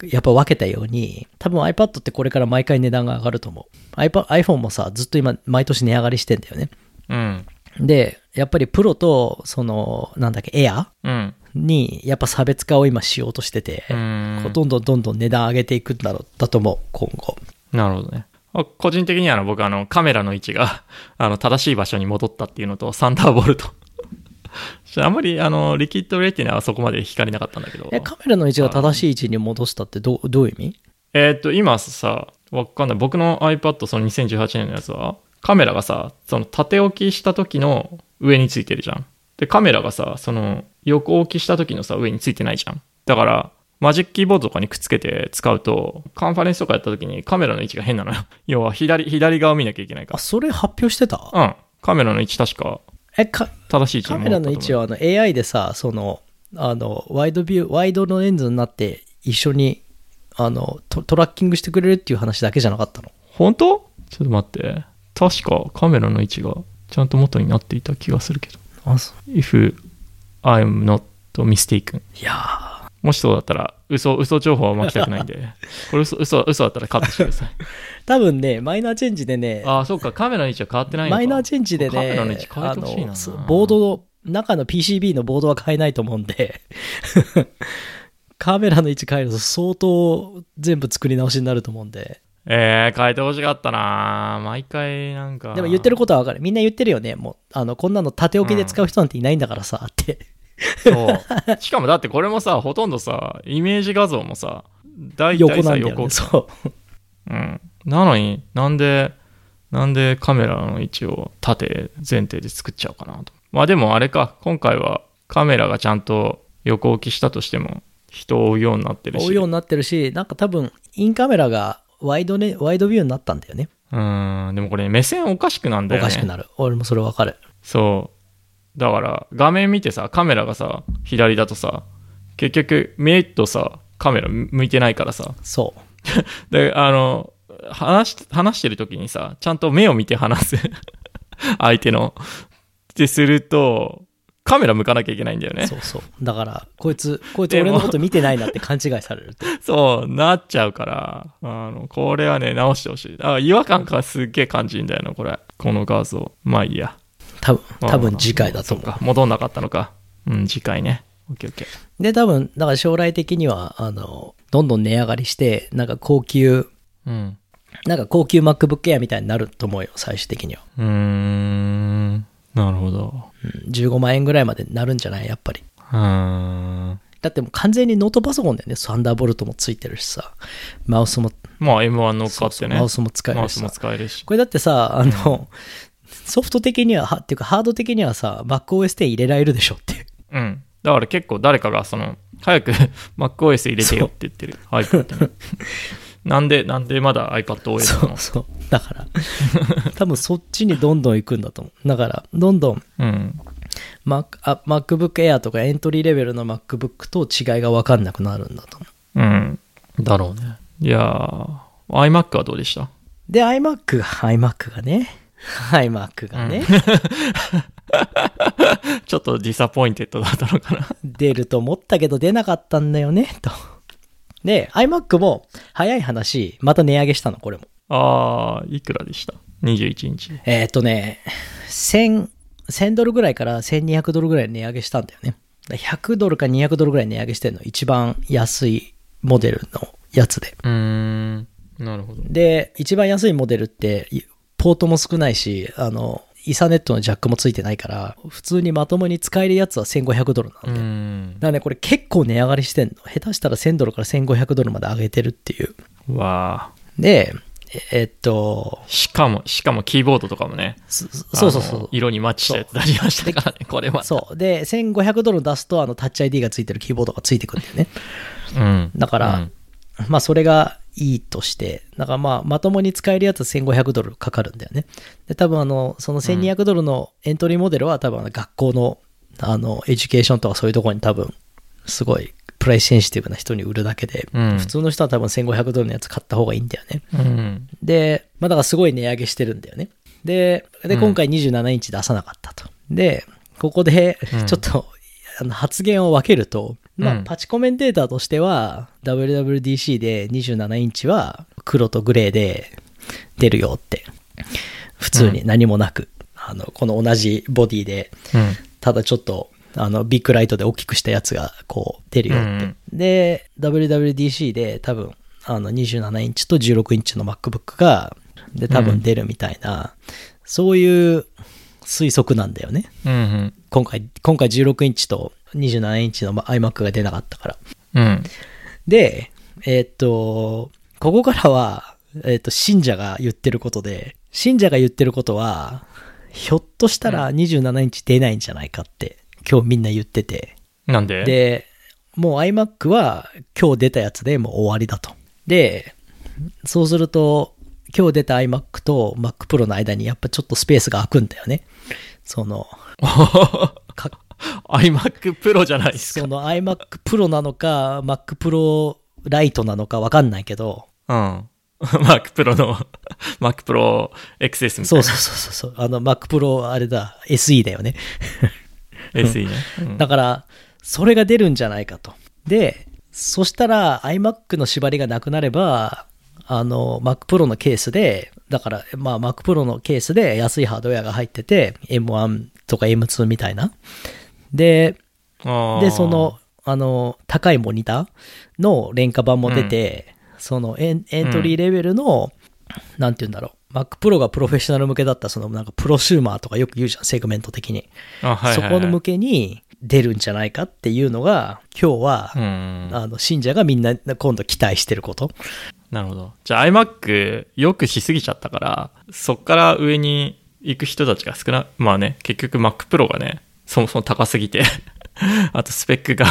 S2: やっぱ分けたように、多分 iPad ってこれから毎回値段が上がると思う。iPad iPhone もさ、ずっと今、毎年値上がりしてんだよね。
S1: うん。
S2: で、やっぱり Pro と、その、なんだっけ、Air
S1: うん。
S2: に、やっぱ差別化を今しようとしてて、
S1: うん
S2: こうどんどんどんどん値段上げていくんだろう、だと思う、今後。
S1: なるほどね。あ個人的にはあの僕あのカメラの位置が *laughs* あの正しい場所に戻ったっていうのとサンダーボルト *laughs* あんまりあのリキッドレティナはそこまで光りなかったんだけど
S2: え、カメラの位置が正しい位置に戻したってどう、どういう意味
S1: えーっと今さわかんない僕の iPad その2018年のやつはカメラがさその縦置きした時の上についてるじゃんでカメラがさその横置きした時のさ上についてないじゃんだからマジックキーボードとかにくっつけて使うとカンファレンスとかやった時にカメラの位置が変なのよ *laughs* 要は左左側を見なきゃいけないから
S2: あ、それ発表してた
S1: うん。カメラの位置確か
S2: え、か、
S1: 正しい位置
S2: カ
S1: に
S2: メ
S1: 戻
S2: ラ
S1: ったと
S2: の
S1: 思う
S2: 位置はあの AI でさ、その、あの、ワイドビュー、ワイドのレンズになって一緒に、あの、トトラッキングしてくれるっていう話だけじゃなかったの
S1: 本当ちょっと待って。確かカメラの位置がちゃんと元になっていた気がするけど。
S2: あ、そう。
S1: If I'm not mistaken.
S2: いやー
S1: もしそうだったら、嘘、嘘情報は巻きたくないん
S2: *laughs*
S1: で。これ嘘、嘘、嘘だったらカットしてください。
S2: 多分ね、マイナーチェンジでね、
S1: ああ、そうか、カメラの位置は変わってないのか
S2: マイナーチェンジで
S1: カメラの位
S2: ね
S1: 置、変え
S2: あ
S1: てほしいな
S2: の、。そうボードの、中の PCB のボードは変えないと思うんで、 *laughs* カメラの位置変えると相当全部作り直しになると思うんで、
S1: えー、変えてほしかったな毎回なんか。
S2: でも言ってることはわかる。みんな言ってるよね。もう、あの、こんなの縦置きで使う人なんていないんだからさ、って。
S1: そう。しかもだってこれもさ、ほとんどさ、イメージ画像もさ、大
S2: 横
S1: 体
S2: な
S1: さ、
S2: んだよ
S1: 横
S2: ね。そう。
S1: うん。なのになんで、なんでカメラの位置を縦前提で作っちゃうかなと。まあでもあれか、今回はカメラがちゃんと横置きしたとしても人を追うようになってるし。
S2: 追うようになってるし、なんか多分、インカメラがワイド,、ね、ワイドビューになったんだよね。
S1: うん。でもこれ目線おかしくなんだ
S2: お
S1: よね。
S2: かしくなる。俺もそれわかる。
S1: そう。だから画面見てさ、カメラがさ、左だとさ、結局目とさ、カメラ向いてないからさ。
S2: そう。
S1: で、あの、話し、話してる時にさ、ちゃんと目を見て話す。 *laughs* 相手の。ってすると、カメラ向かなきゃいけないんだよね。そ
S2: そううそう。だから、こいつ、こいつ
S1: でも
S2: 俺のこと見てないなって勘違いされるって。
S1: なっちゃうから、あの、これはね、直してほしい。あ、違和感がすっげえ感じるんだよな、これ。この画像。まあいいや。
S2: 多分、
S1: *laughs* まあ
S2: 多分次回だと
S1: そう
S2: 思
S1: か。戻んなかったのか。うん、次回ね。オッケーオッケー。
S2: う。で、多分、だから将来的には、あの、どんどん値上がりして、なんか高級、
S1: うん。
S2: なんか高級 MacBook Air みたいになると思うよ、最終的には。
S1: うーん。なるほど。
S2: うん、15万円ぐらいまでなるんじゃないやっぱり。
S1: うーん。
S2: だってもう完全にノートパソコンだよね。サンダーボルトもついてるしさ。マウスも、
S1: まあ M1 乗っかってね。
S2: マウスも使え
S1: マ
S2: る
S1: ウ
S2: し
S1: ス
S2: さ
S1: も使えるし。
S2: これだってさ、あの、ソフト的には、はっていうかハード的にはさ、MacOS10 入れられるでしょっていう。
S1: うん。だから結構誰かがその、早く *laughs* MacOS 入れてよって言ってる。iPad に。なんで、なんでまだ iPadOS な
S2: そ
S1: の
S2: うそう。
S1: *laughs*
S2: だから、多分そっちにどんどん行くんだと思う。だから、どんどん
S1: うん。
S2: Mac あ MacBook Air とかエントリーレベルの MacBook と違いが分かんなくなるんだと思
S1: うん。だろうね。いやー、iMac はどうでした *laughs*
S2: う。で、iMac が、iMac がね、iMac がね、
S1: ちょっとディサポインテッドだったのかな。 *laughs*
S2: 出ると思ったけど出なかったんだよね、 *laughs* と。で、iMac も、早い話、また値上げしたの、これも。
S1: あー、いくらでした21日。
S2: えーっ、とね、1000、1000ドルぐらいから1200ドルぐらい値上げしたんだよね。だから100ドルか200ドルぐらい値上げしてるの。一番安いモデルのやつで。
S1: うーん、なるほど。
S2: で、一番安いモデルって、いポートも少ないし、あの、イサネットのジャックもついてないから、普通にまともに使えるやつは1500ドル
S1: う
S2: なんで。だか
S1: ん。
S2: らね、これ結構値上がりしてんの。下手したら1000ドルから1500ドルまで上げてるっていう。
S1: わ
S2: で、ええっと、
S1: ー。しかも、しかもキーボードとかもね。
S2: そそうそうそ
S1: あの
S2: う。
S1: 色にマッチしたやつ出しましたからね、これは。
S2: そう。で、1500ドル出すと、あの、タッチ ID がついてるキーボードがついてくるんだよね。
S1: うん。
S2: だから、
S1: うん
S2: まあ、それがいいとして、だからまあ、まともに使えるやつは1500ドルかかるんだよね。で、多分あの、その1200ドルのエントリーモデルは、多分あの学校の、あの、エデュケーションとかそういうところに多分、すごい、プライスセンシティブな人に売るだけで、
S1: うん
S2: 普通の人は多分1500ドルのやつ買った方がいいんだよね。
S1: うん。
S2: で、まあ、だからすごい値上げしてるんだよね。で、で、
S1: うん
S2: 今回27インチ出さなかったと。で、ここで
S1: うん、
S2: *laughs* ちょっと、あの発言を分けると、ま
S1: う
S2: あ、
S1: ん
S2: パチコメンテーターとしては、WWDC で27インチは黒とグレーで出るよって。普通に何もなく、あの、この同じボディで、
S1: うん。
S2: ただちょっと、あの、ビッグライトで大きくしたやつが、こう、出るよって。
S1: うん
S2: で、WWDC で多分、あの、27インチと16インチの MacBook が、で、多
S1: うん
S2: 分出るみたいな、そういう推測なんだよね。
S1: うん。
S2: 今回、今回16インチと27インチの iMac が出なかったから。
S1: うん。
S2: で、えーっと、ここからは、えーっと、信者が言ってることで、信者が言ってることは、ひょっとしたら27インチ出ないんじゃないかって、今日みんな言ってて。
S1: なんで *laughs*
S2: で、もう iMac は今日出たやつでもう終わりだと。で、そうすると、今日出た iMac と Mac Pro の間にやっぱちょっとスペースが空くんだよね。その、か
S1: iMac Pro じゃないです
S2: その iMac Pro なのか Mac Pro Lite なのかわかんないけど、
S1: か。うん。Mac *laughs* Pro の、Mac Pro XS みたい
S2: そう
S1: な。
S2: そうそうそうそう。あの、Mac Pro、あれだ、SE だよね。
S1: SE ね。うん
S2: だから、それが出るんじゃないかと。で、そしたら iMac の縛りがなくなれば、あの、Mac Pro のケースで、だから、まあ、Mac Pro のケースで安いハードウェアが入ってて、M1 とか M2 みたいな。で、
S1: あー
S2: で、その、あの、高いモニターの廉価版も出て、そのエンエントリーレベルの、なんて言うんだろう、Mac Pro がプロフェッショナル向けだった、そのなんかプロシューマーとかよく言うじゃん、セグメント的に。
S1: あはいはいはい
S2: そこの向けに出るんじゃないかっていうのが、今日は、
S1: うん。
S2: あの、信者がみんな今度期待してること。
S1: なるほど。じゃあ iMac よくしすぎちゃったから、そっから上に行く人たちが少な、まあね、結局 Mac Pro がね、そもそも高すぎて、 *laughs* あとスペックが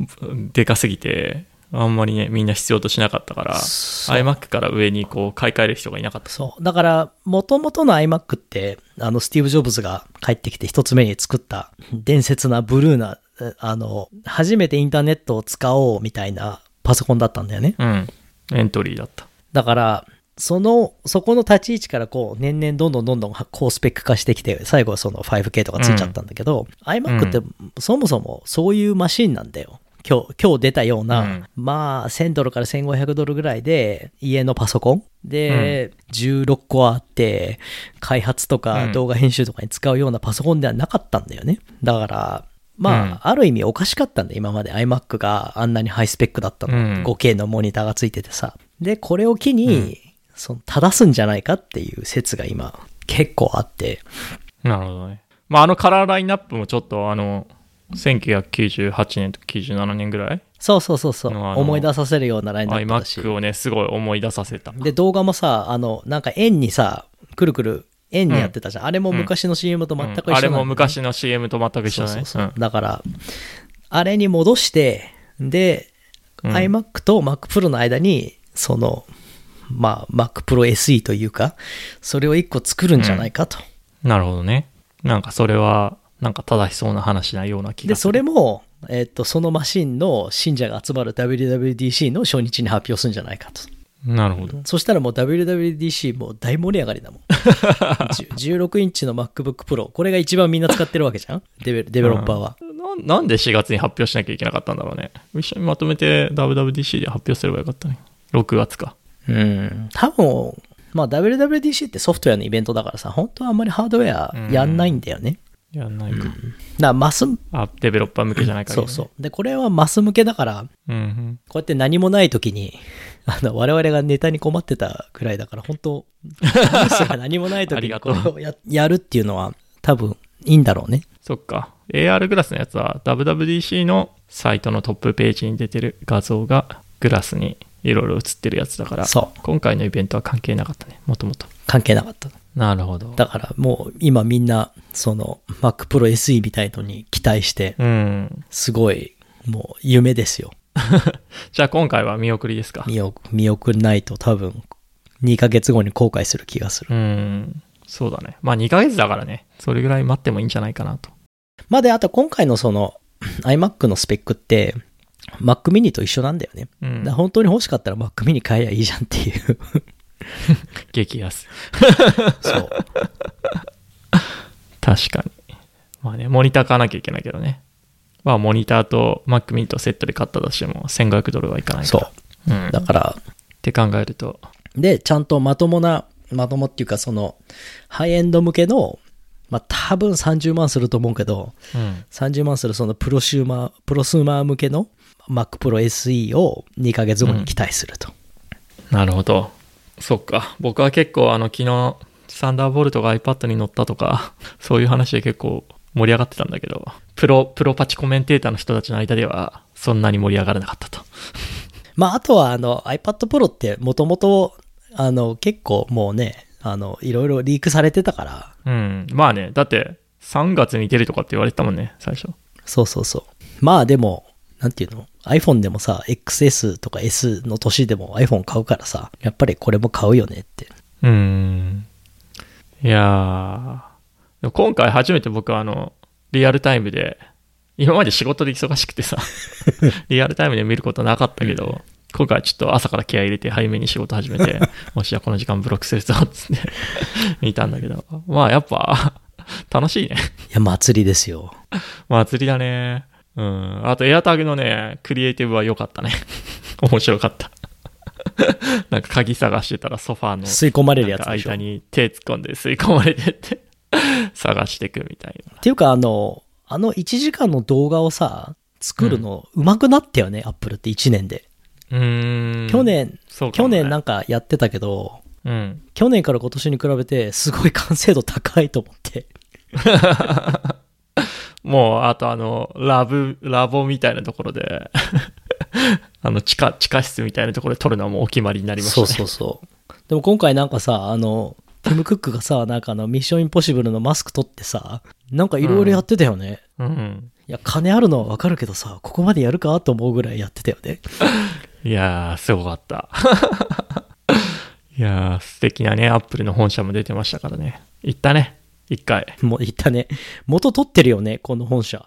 S1: *laughs* でかすぎて、あんまりね、みんな必要としなかったから、
S2: そう
S1: iMac から上にこう買い替える人がいなかった。
S2: そう。だから、元々の iMac って、あの、スティーブ・ジョブズが帰ってきて一つ目に作った伝説なブルーな、えあの、初めてインターネットを使おうみたいなパソコンだったんだよね。
S1: うん。エントリーだった。
S2: だから、その、そこの立ち位置からこう、年々どんどんどんどん高スペック化してきて、最後はその 5K とかついちゃったんだけど、iMac ってそもそもそういうマシンなんだよ。今日、今日出たような、
S1: うん
S2: まあ、1000ドルから1500ドルぐらいで、家のパソコンで、16個あって、開発と
S1: う
S2: か
S1: ん
S2: 動画編集とかに使うようなパソコンではなかったんだよね。だから、まあ、
S1: うん
S2: ある意味おかしかったんだよ、今まで iMac があんなにハイスペックだったの。
S1: うん
S2: 5K のモニターがついててさ。で、これを機に、その正すんじゃないかっていう説が今、結構あって。
S1: なるほどね。まあ、あのカラーラインナップもちょっと、あの、 1998年とか97年ぐらい
S2: そうそうそうそう。
S1: のあの
S2: 思い出させるようなラインナップだし。
S1: iMac をね、すごい思い出させた。
S2: で、動画もさ、あの、なんか円にさ、くるくる円にやってたじゃん。あれも昔の CM と全く一緒
S1: うん
S2: な
S1: あ
S2: んだ
S1: れ
S2: よね
S1: も昔の CM と全く一緒だ
S2: そ
S1: ね
S2: う。そう
S1: う
S2: そう。
S1: ん
S2: だから、あれに戻して、で、
S1: うん
S2: iMac と Mac Pro の間に、その、まあ、Mac Pro SE というか、それを一個作るんじゃないかと。
S1: なるほどね。なんかそれは、なんか正しそうな話なような気
S2: で、
S1: がす
S2: そ
S1: る。
S2: れも、えっと、そのマシンの信者が集まる WWDC の初日に発表するんじゃないかと。
S1: なるほど。
S2: そしたらもう WWDC もう大盛り上がりだもん。10 16インチの MacBook Pro。これが一番みんな使ってるわけじゃんデベデベロッパーは。
S1: ななんで4月に発表しなきゃいけなかったんだろうね。一緒にまとめて WWDC で発表すればよかったね。6月か。
S2: うん。多分、まあ WWDC ってソフトウェアのイベントだからさ、本当はあんまりハードウェアやんないんだよね。
S1: やんないか。
S2: だからマス、
S1: あ、デベロッパー向けじゃないから、
S2: そうそう。で、これはマス向けだから、
S1: うんうん。
S2: こうやって何もない時に、 *laughs* あの、我々がネタに困ってたくらいだから、本
S1: *laughs*
S2: 当ニュースが何もない
S1: あ
S2: 時
S1: りが
S2: に
S1: と
S2: こ
S1: う
S2: れをややるっていうのは、多分いいんだろうね。
S1: そっか。AR グラスのやつは WWDC のサイトのトップページに出てる画像がグラスにいろいろ映ってるやつだから、
S2: そう。
S1: 今回のイベントは関係なかったね、もともと。
S2: 関係なかった。
S1: なるほど。
S2: だからもう今みんな、その Mac Pro SE みたいのに期待して、
S1: うん。
S2: すごい、もう夢ですよ。
S1: *laughs* じゃあ今回は見送りですか。
S2: 見送見送んないと多分、2ヶ月後に後悔する気がする。
S1: うん。そうだね。まあ2ヶ月だからね、それぐらい待ってもいいんじゃないかなと。
S2: まあで、あと今回のその iMac のスペックって、Mac mini と一緒なんだよね。
S1: うん
S2: だから。本当に欲しかったら Mac mini 買えばいいじゃんっていう。
S1: 激安。
S2: そう。
S1: 確かに。まあね、モニター買わなきゃいけないけどね。まあモニターと Mac mini とセットで買ったとしても1500ドルはいかない
S2: そ
S1: から。
S2: う。
S1: う。うん。っ
S2: だから、
S1: て考えると、
S2: で、ちゃんとまともな、まともっていうかその、ハイエンド向けの、まあ多分30万すると思うけど、
S1: うん。
S2: 30万するそのプロシューマー、プロスーマー向けの Mac Pro SE を2ヶ月後に期待すると。
S1: なるほど。そっか。僕は結構、あの、昨日、サンダーボルトが iPad に乗ったとか、 *laughs* そういう話で結構盛り上がってたんだけど、プロ、プロパチコメンテーターの人たちの間では、そんなに盛り上がらなかったと。
S2: まああとはあの iPad Pro ってもともと、あの結構もうね、あの、いろいろリークされてたから、
S1: うん。まあね、だって、3月に出るとかって言われてたもんね、最初。
S2: そうそうそう。まあでも、なんていうの ?iPhone でもさ、XS とか S の年でも iPhone 買うからさ、やっぱりこれも買うよねって。
S1: うん。いやー。でも今回初めて僕は、あの、リアルタイムで、今まで仕事で忙しくてさ、リアルタイムで見ることなかったけど、今回はちょっと朝から気合い入れて早めに仕事始めて、もしやこの時間ブロックするぞっつって見たんだけど、まあやっぱ楽しいね。
S2: いや、祭りですよ。
S1: 祭りだね。うん。あとエアタグのね、クリエイティブは良かったね。 *laughs* 面白かった。 *laughs* なんか鍵探してたらソファーの
S2: 吸い込まれるやつ
S1: なん
S2: でし
S1: か
S2: ょ。
S1: 間
S2: っ
S1: に手突っ込んで吸い込まれてって *laughs* 探してくみたいな。
S2: ていうか、あの、あの1時間の動画をさ、作るの上手くなったよね、Apple って1年で。
S1: うーん。
S2: 去、年、
S1: そうか
S2: 去
S1: もね
S2: 年なんかやってたけど、
S1: うん。
S2: 去年から今年に比べてすごい完成度高いと思って。
S1: もう、あとあの、ラブ、ラボみたいなところで、 *laughs* あの、地下、地下室みたいなところで撮るのはもうお決まりになりましたね。
S2: そうそうそう。でも今回なんかさ、あの、ティム・クックがさ、なんかあの、ミッション・インポッシブルのマスク取ってさ、なんかいろいろやってたよね。
S1: うん。
S2: いや、金あるのはわかるけどさ、ここまでやるかと思うぐらいやってたよね。
S1: いやー、すごかった。 *laughs* いやー、素敵なね、アップルの本社も出てましたからね。行ったね。一 *laughs* 回。
S2: もう言ったね。元取ってるよね、この本社。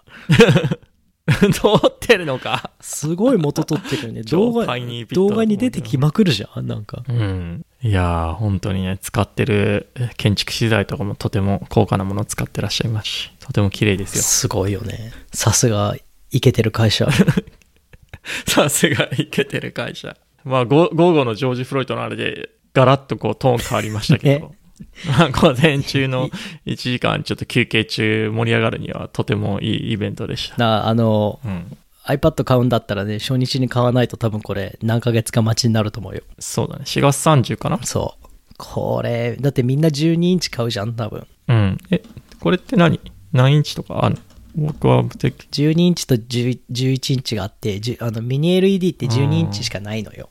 S1: 撮ってるのか。
S2: すごい元取ってるよ
S1: *laughs*
S2: ね。
S1: 超
S2: 動画
S1: タイニービットだと思
S2: 動
S1: うけど
S2: 画に出てきまくるじゃん、なんか。
S1: うん。いやー、本当にね、使ってるえー建築資材とかもとても高価なものを使ってらっしゃいますし、とても綺麗ですよ。
S2: すごいよね。さすが、イケてる会社。 *laughs*
S1: *laughs* さすが、イケてる会社。まあ、ゴ午後のジョージ・フロイトのあれで、ガラッとこうトーン変わりましたけど、まあ、午前中の1時間、ちょっと休憩中盛り上がるにはとてもいいイベントでした。
S2: なあの、
S1: うん。
S2: iPad 買うんだったらね、初日に買わないと多分これ、何ヶ月か待ちになると思うよ。
S1: そうだね。4月30かな
S2: そう。これ、だってみんな12インチ買うじゃん、多分。
S1: うん。え、これって何何インチとかあるの僕はて
S2: 12インチと10 11インチがあってじゅあのミニ LED って12インチしかないのよ、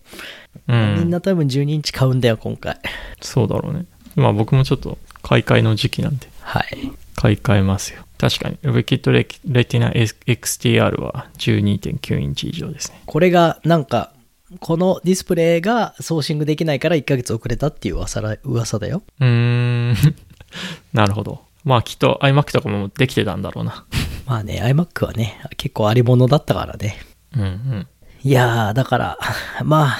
S1: う
S2: みん
S1: ん、
S2: な多分12インチ買うんだよ今回 *laughs*
S1: そうだろうね。まあ僕もちょっと買い替えの時期なんで、
S2: はい
S1: 買い替えますよ。確かに、ウィキッドレレティナ XTR は12.9インチ以上ですね。
S2: これがなんかこのディスプレイがソーシングできないから1ヶ月遅れたっていう噂ら噂だよ
S1: うーん、 *laughs* なるほど。まあきっと iMac とかもできてたんだろうな。
S2: まあね iMac はね結構ありものだったからね
S1: うんうん。
S2: いやーだから *laughs* ま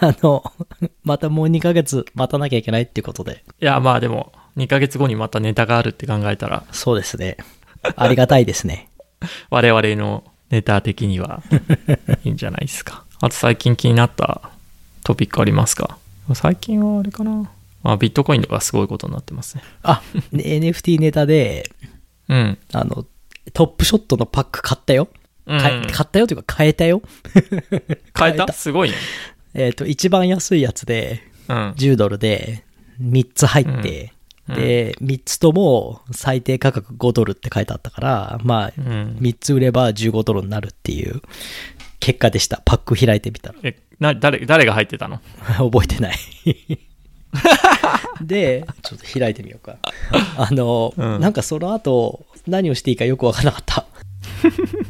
S2: ああの *laughs* またもう2ヶ月待たなきゃいけないっていうことで
S1: いや、まあでも、2ヶ月後にまたネタがあるって考えたら、
S2: そうですねありがたいですね
S1: 我々のネタ的に *laughs* はいいんじゃないですか。あと最近気になったトピックありますか最近はあれかな。まあビットコインとかすごいことになってますね。
S2: あね NFT ネタで
S1: うん。
S2: あのトップショットのパック買ったよ買
S1: うん
S2: え買ったよというか変えたよ *laughs*
S1: 変えたすごいね。
S2: えっと一番安いやつで
S1: うん。
S2: 10ドルで3つ入って、
S1: うん
S2: で、3つとも最低価格5ドルって書いてあったから、まあ、
S1: うん、
S2: 3つ売れば15ドルになるっていう結果でした。パック開いてみたら。
S1: えな誰誰が入ってたの
S2: *laughs* 覚えてない。で、ちょっと開いてみようか。あの、
S1: うん
S2: なんかその後、何をしていいかよくわからなかった。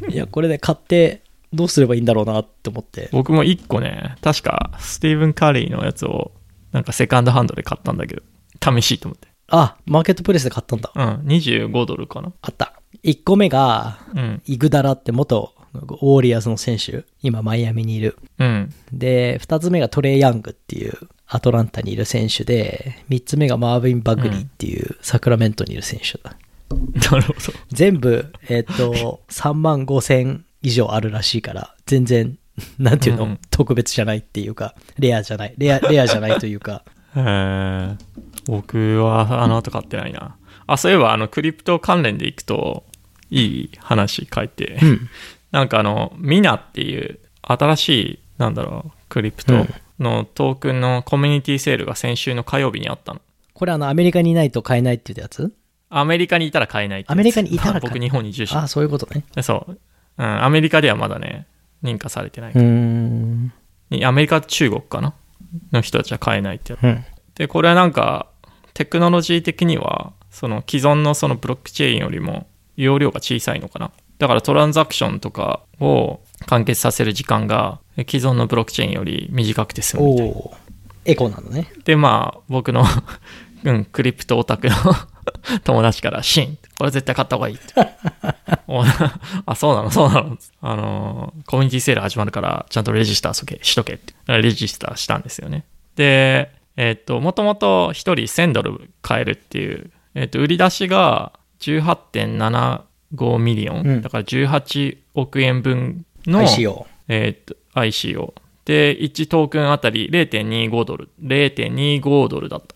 S2: いや、これで買って、どうすればいいんだろうなって思って。
S1: 僕も1個ね確かスティーブン・カリーのやつをなんかセカンドハンドで買ったんだけど試しいと思って
S2: あ、マーケットプレイスで買ったんだ。
S1: うん25ドルかな
S2: あった。1個目が、
S1: うん
S2: イグダラって元ウォーリアーズの選手、今マイアミにいる。
S1: *laughs* うん
S2: で、二つ目がトレイ・ヤングっていうアトランタにいる選手で、三つ目がマーヴィン・バグリーっていうサクラメントにいる選手だ。
S1: なるほど
S2: 全部、えっ、 *laughs* と、3万5千以上あるらしいから、全然、 *laughs* なんていうの、
S1: うん
S2: 特別じゃないっていうか、レアじゃない、レア、レアじゃないというか、 *laughs*
S1: へー僕はあの後買ってないなあそういえばあのクリプト関連でいくといい話書いて、
S2: ん
S1: なんかあのミナっていう新しいなんだろうクリプトのトークンのコミュニティセールが先週の火曜日にあったの
S2: これあの、アメリカにいないと買えないっていうやつ
S1: アメリカにいたら買えないってやつ
S2: アメリカにいたら買え
S1: まあ僕日本に住所
S2: ああ、そういうことね。、
S1: でそう、うん、アメリカではまだね認可されてないう
S2: ーん。
S1: にアメリカ中国かなの人たちは買えないってやつ
S2: うん。
S1: でこれはなんかテクノロジー的にはその既存のそのブロックチェーンよりも容量が小さいのかなだからトランザクションとかを完結させる時間がえ既存のブロックチェーンより短くて済むみたい
S2: おおエコなのね。
S1: でまあ僕の *laughs* うんクリプトオタクの *laughs* 友達から「シンこれ絶対買った方が
S2: *laughs*
S1: いい」っておあそうなのそうなの」あのーコミュニティセール始まるからちゃんとレジスターしとけしとけってレジスターしたんですよねでえっともともと1人1000ドル買えるっていう、えっと売り出しが18.75ミリオン、
S2: うん
S1: だから18億円分の
S2: ICO。
S1: えーっと、ICO。で、1トークンあたり0.25ドル、0.25ドルだった。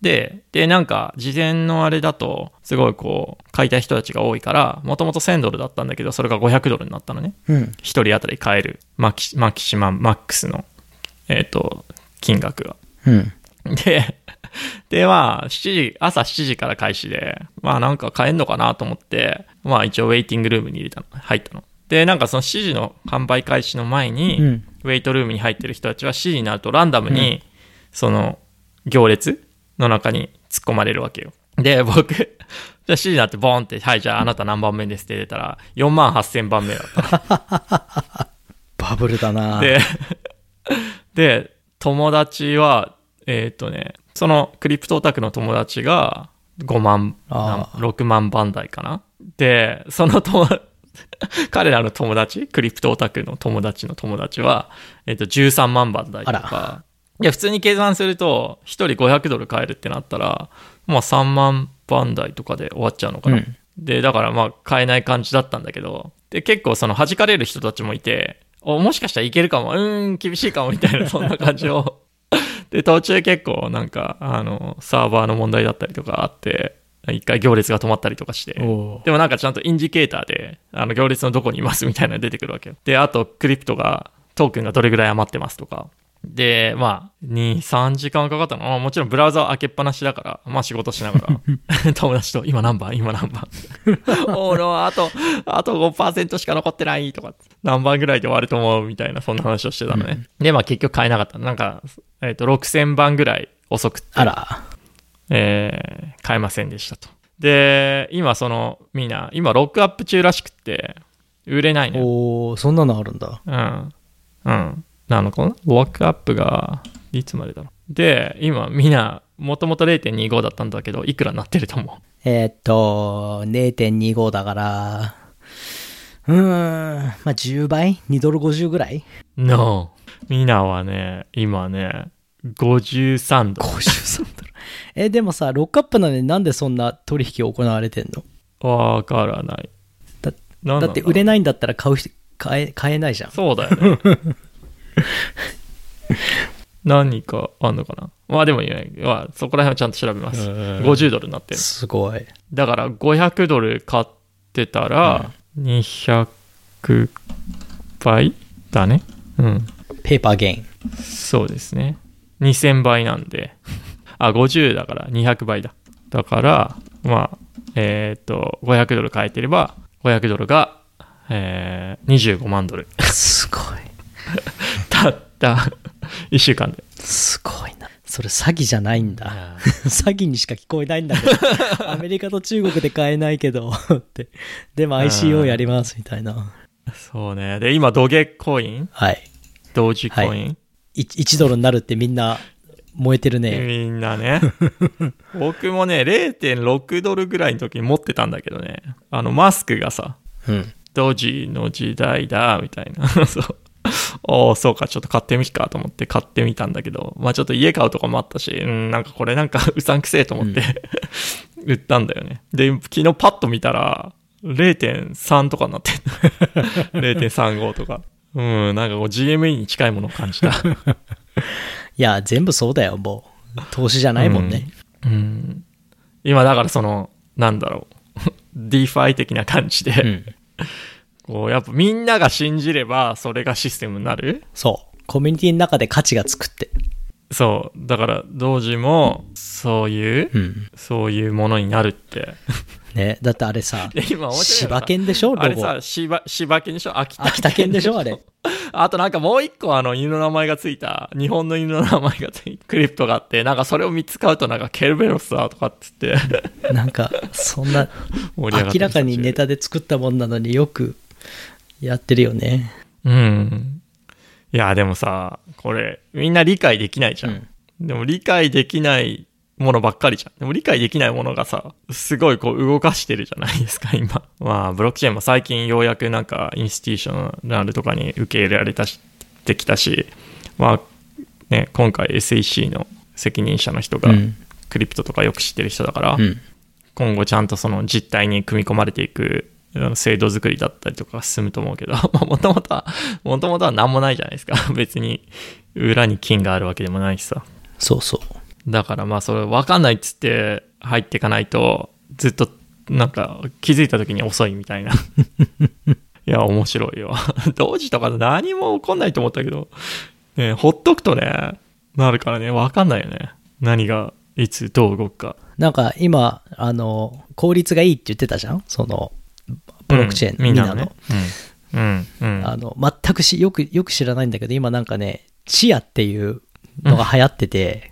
S1: で、で、なんか、事前のあれだと、すごいこう、買いたい人たちが多いから、もともと1000ドルだったんだけど、それが500ドルになったのね。
S2: うん。
S1: 1人当たり買える、マキマキシマン、マックスの、えーっと、金額が。
S2: うん。
S1: *laughs* で、で、まあ、7時、朝7時から開始で、まあなんか買えんのかなと思って、まあ一応ウェイティングルームに入れたの、入ったの。で、なんかその7時の販売開始の前に、
S2: うん
S1: ウェイトルームに入ってる人たちは7時になるとランダムに、その行列の中に突っ込まれるわけよ。で、僕、 *laughs* じゃあ7時になってボーンって、はい、じゃああなた何番目ですって出たら、4万8000番目だった。
S2: バブルだな *laughs*
S1: で、で、友達は、えーっ、とね、そのクリプトオタクの友達が5万、
S2: あ
S1: なん6万番台かな。で、その友 *laughs* 達、彼らの友達、クリプトオタクの友達の友達は、えーっ、と、13万番台と
S2: あ
S1: か、いや、普通に計算すると、1人500ドル買えるってなったら、まあ3万番台とかで終わっちゃうのかな。
S2: うん
S1: で、だからまあ買えない感じだったんだけど、で、結構その弾かれる人たちもいて、お、もしかしたらいけるかも、うーん、厳しいかも、みた
S2: *laughs*
S1: いな、そんな感じを。で、途中結構なんか、あの、サーバーの問題だったりとかあって、一回行列が止まったりとかして、
S2: おー
S1: でもなんかちゃんとインジケーターで、あの行列のどこにいますみたいなの出てくるわけよ。で、あとクリプトが、トークンがどれぐらい余ってますとか、で、まあ、2、3時間はかかったの。まあもちろんブラウザは開けっぱなしだから、まあ仕事しながら、友達と、今何番今何番俺はあと、あと5%しか残ってないとか、何番ぐらいで終わると思うみたいな、そんな話をしてたのね。で、まあ結局買えなかった。なんか、えっ、と、6000番ぐらい遅くって。
S2: あら。
S1: えー買えませんでしたと。で、今その、みんな、今ロックアップ中らしくって、売れないのよ。
S2: おー、そんなのあるんだ。
S1: うん。うん。なのかなロックアップが、いつまでだろう。で、今、みんな、もともと0.25だったんだけど、いくらになってると思
S2: えーっと、0.25だから、うーん、まあ、10倍 ?2 ドル50ぐらいう
S1: ?No。みんなはね、今ね、53度。
S2: ?53 ドル。え、でもさ、ロックアップなのになんでそんな取引行われてんの
S1: わからない。
S2: だ
S1: なんなん
S2: だって売れないんだったら買う人、買え、買えないじゃん。
S1: そうだよね。何かあんのかなまあでも言えない。まあ、そこら辺はちゃんと調べます。50ドルになってる。
S2: すごい。
S1: だから500ドル買ってたら、200倍だね。うん。
S2: ペーパーゲイン。
S1: そうですね。2000倍なんで。あ、50だから200倍だ。だから、まあ、えーっと、500ドル買えてれば、500ドルが、えー、25万ドル。
S2: すごい。
S1: たった1週間で。
S2: すごいな。それ詐欺じゃないんだ。詐欺にしか聞こえないんだけ *laughs* ど、アメリカと中国で買えないけど、って。でも ICO やります、みたいな。
S1: そうね。で、今、ドゲコイン
S2: はい。
S1: 同時コイン、
S2: い1ドルになるってみんな燃えてるね。
S1: みんな
S2: *laughs*
S1: ね。僕もね、0.6ドルぐらいの時に持ってたんだけどね。あの、マスクがさ、
S2: うん。
S1: ドジの時代だ、みたいな。 *laughs* そう。おーそうか、ちょっと買ってみっかと思って買ってみたんだけど、まあちょっと家買うとかもあったし、うん、なんかこれなんか *laughs* うさんくせえと思って、 *laughs* 売ったんだよね。で、昨日パッと見たら、0.3とかになって
S2: *laughs*
S1: んの0.35とか。うん、なんかこう GME に近いものを感じた。
S2: いや、全部そうだよ、もう。投資じゃないもんね。
S1: うん、今だからそのなんだろう *laughs* DeFi 的な感じで、
S2: うん。
S1: こうやっぱみんなが信じればそれがシステムになる
S2: そう。コミュニティの中で価値がつくって。
S1: そうだから同時もそういう、
S2: うん。
S1: そういうものになるって *laughs*
S2: ね。だってあれさ
S1: いや、今面白いの
S2: 柴
S1: が
S2: 犬でしょ、
S1: あ
S2: ロ
S1: れ
S2: ゴ。
S1: さ柴柴犬でしょ秋田
S2: 秋田犬でしょ、あれ。
S1: *laughs* あとなんかもう一個あの犬の名前がついた、日本の犬の名前がついたクリプトがあって、なんかそれを3つ買うとなんかケルベロスだとかっつって
S2: なんか、そんな、
S1: 盛り上がって
S2: 明らかにネ
S1: た
S2: タで作ったもんなのによくやってるよね。
S1: うん。いや、でもさ、これ、みんな理解できないじゃん。でも理解できないものばっかりじゃん。でも理解できないものがさ、すごいこう動かしてるじゃないですか、今。まあ、ブロックチェーンも最近ようやくなんか、インスティショナルとかに受け入れられたし、てきたし、まあ、ね、今回 SEC の責任者の人が、
S2: うん
S1: クリプトとかよく知ってる人だから、
S2: うん。
S1: 今後ちゃんとその実態に組み込まれていくあの制度作りだったりとか進むと思うけど、 *laughs* もともとは、もともとは何もないじゃないですか。 *laughs* 別に裏に金があるわけでもないしさ。
S2: そうそう。
S1: だからまあそれ分かんないっつって入っていかないと、ずっとなんか気づいた時に遅いみたいな。い *laughs* や、面白いよ。 *laughs* 同時とか何も起こんないと思ったけど、ね、ほっとくとね、なるからね、分かんないよね。何が、いつ、どう動くか。
S2: なんか今、あの、効率がいいって言ってたじゃんその、ブロックチェーン、
S1: うんみんなのね。うん。うん。うん
S2: あの、全くし、よく、よく知らないんだけど、今なんかね、チアっていうのが流行ってて、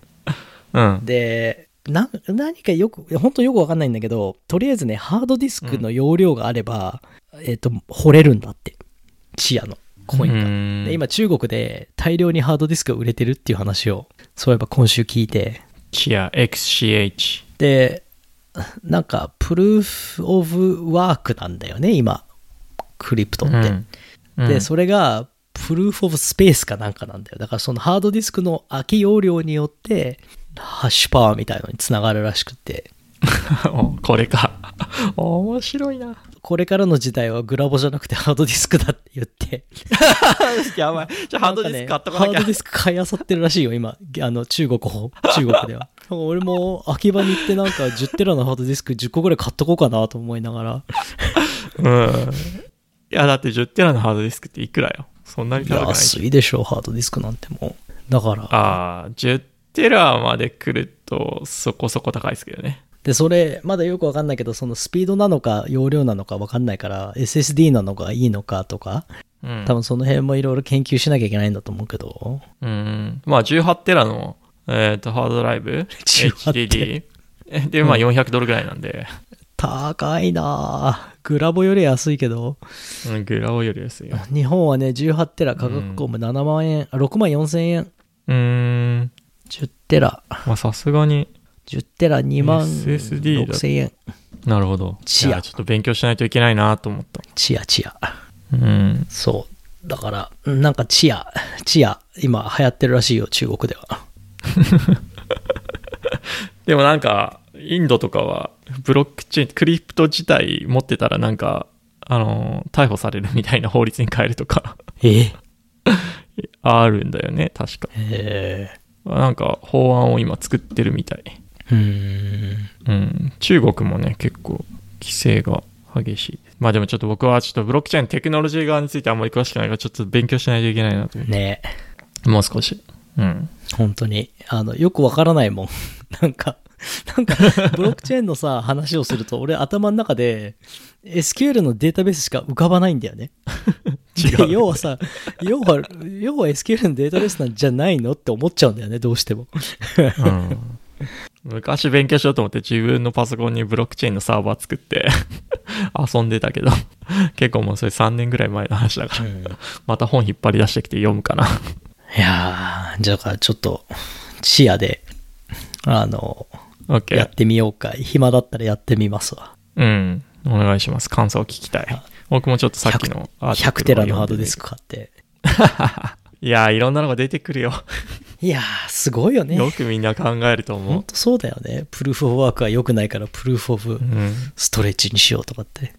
S1: うん。
S2: で、な、何かよく、本当よくわかんないんだけど、とりあえずね、ハードディスクの容量があれば、えっ、と、掘れるんだって。チアのコインが。
S1: 今、
S2: で今中国で大量にハードディスクが売れてるっていう話を、そういえば今週聞いて、
S1: チア XCH。
S2: で、なんか、プルーフ・オブ・ワークなんだよね、今、クリプトって。
S1: うん
S2: で、それが、プルーフ・オブ・スペースかなんかなんだよ。だから、そのハードディスクの空き容量によって、ハッシュパワーみたいのにつながるらしくて、
S1: *laughs* おこれか。面白いな。
S2: *laughs* これからの時代はグラボじゃなくてハードディスクだって言って、
S1: やばい。じゃあハードディスク買っとか
S2: ハード
S1: な
S2: ディ
S1: き
S2: スク買いあさってるらしいよ、今。あの、中国を、中国では。俺も、秋葉に行ってなんか10テラのハードディスク10個ぐらい買っとこうかなと思いながら。
S1: ゃ。うん。いや、だって10テラのハードディスクっていくらよ。そんなに高くないし。
S2: 安いでしょ、ハードディスクなんてもう。だから、
S1: ああ、10テラまで来るとそこそこ高いですけどね。
S2: で、それ、まだよくわかんないけど、そのスピードなのか、容量なのかわかんないから、SSD なのがいいのかとか、
S1: うん。
S2: 多分その辺もいろいろ研究しなきゃいけないんだと思うけど、
S1: うん。まあ18テラの、えっとハードドライブ、
S2: 18テ
S1: HDD。で、まあ400ドルぐらいなんで、
S2: 高いなぁ。グラボより安いけど、
S1: うん、グラオより安いよ。
S2: 日本はね、18テラ価格コム7万円、あ6万4千円。
S1: うーん。
S2: 10テラ、
S1: まあさすがに、
S2: 10テラ2万
S1: SSD だ
S2: 6千円。
S1: なるほど。
S2: チア
S1: いやちょっと勉強しないといけないなと思った。
S2: チヤチヤ。
S1: うん。
S2: そう。だから、うんなんかチヤ、チヤ、今流行ってるらしいよ、中国では。
S1: でもなんか、インドとかは、ブロックチェーン、クリプト自体持ってたらなんか、あのー、逮捕されるみたいな法律に変えると *laughs* か、
S2: え
S1: あるんだよね、確か。
S2: え
S1: なんか、法案を今作ってるみたい。
S2: ー、うーん。
S1: うん。中国もね、結構、規制が激しい。まあでもちょっと僕はちょっとブロックチェーンテクノロジー側についてあんまり詳しくないから、ちょっと勉強しないといけないなと思
S2: ね
S1: う。もう少し。うん。
S2: え本当に。あの、よくわからないもん。 *laughs* なんか、なんか、ブロックチェーン
S1: *laughs*
S2: のさ、話をすると、俺頭の中で、SQL のデータベースしか浮かばないんだよね。
S1: 違
S2: で
S1: う。
S2: 要はさ、要は、要は SQL のデータベースなんじゃないのって思っちゃうんだよね、どうし
S1: *laughs*
S2: ても。
S1: うん昔勉強しようと思って自分のパソコンにブロックチェーンのサーバー作って *laughs* 遊んでたけど結構もうそれ3年ぐらい前の話だから
S2: うん
S1: また本引っ張り出してきて読むか
S2: *laughs*
S1: な
S2: いやー、じゃあだからちょっと、視野で、あの、やっ
S1: OK
S2: てみようか。暇だったらやってみますわ。
S1: うんお願いします感想を聞きたい僕もちょっとさっきのアーテ
S2: 100
S1: ィク
S2: テ
S1: ルを
S2: ラのハー
S1: 読ん
S2: ドディ
S1: み
S2: スク買って。
S1: いやーいろんなのが出てくるよ
S2: いやー、すごいよね。
S1: よくみんな考えると
S2: ほん
S1: 思
S2: とそうだよね。プルーフ・オブ・ワークは良くないから、プルーフ・オブ
S1: う、うん、
S2: ストレッチにしようとかって。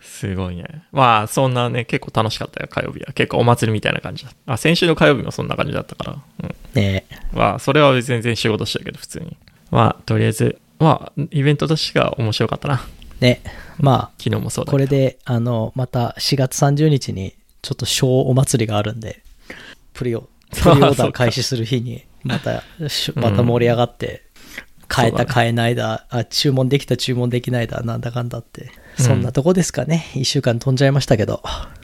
S1: すごいねまあそんなね結構楽しかったよ火曜日は結構お祭りみたいな感じだあ先週の火曜日もそんな感じだったからうん
S2: ねえ
S1: まあ、それは別に全然仕事したけど、普通に。まあ、とりあえず、まあ、イベントとしてが面白かったな。
S2: ねえま
S1: 昨日もそう
S2: あ、
S1: だ
S2: こ
S1: けど
S2: れで、あの、また4月30日に、ちょっと小お祭りがあるんで、プリ
S1: *laughs*
S2: オ、プリオーダー開始する日に、また、し
S1: うん
S2: また盛り上がって、買え
S1: そ
S2: た
S1: うだね
S2: 買えないだ、あ、注文できた注文できないだ、なんだかんだって、そんなとこですかね。1週間飛んじゃいましたけど。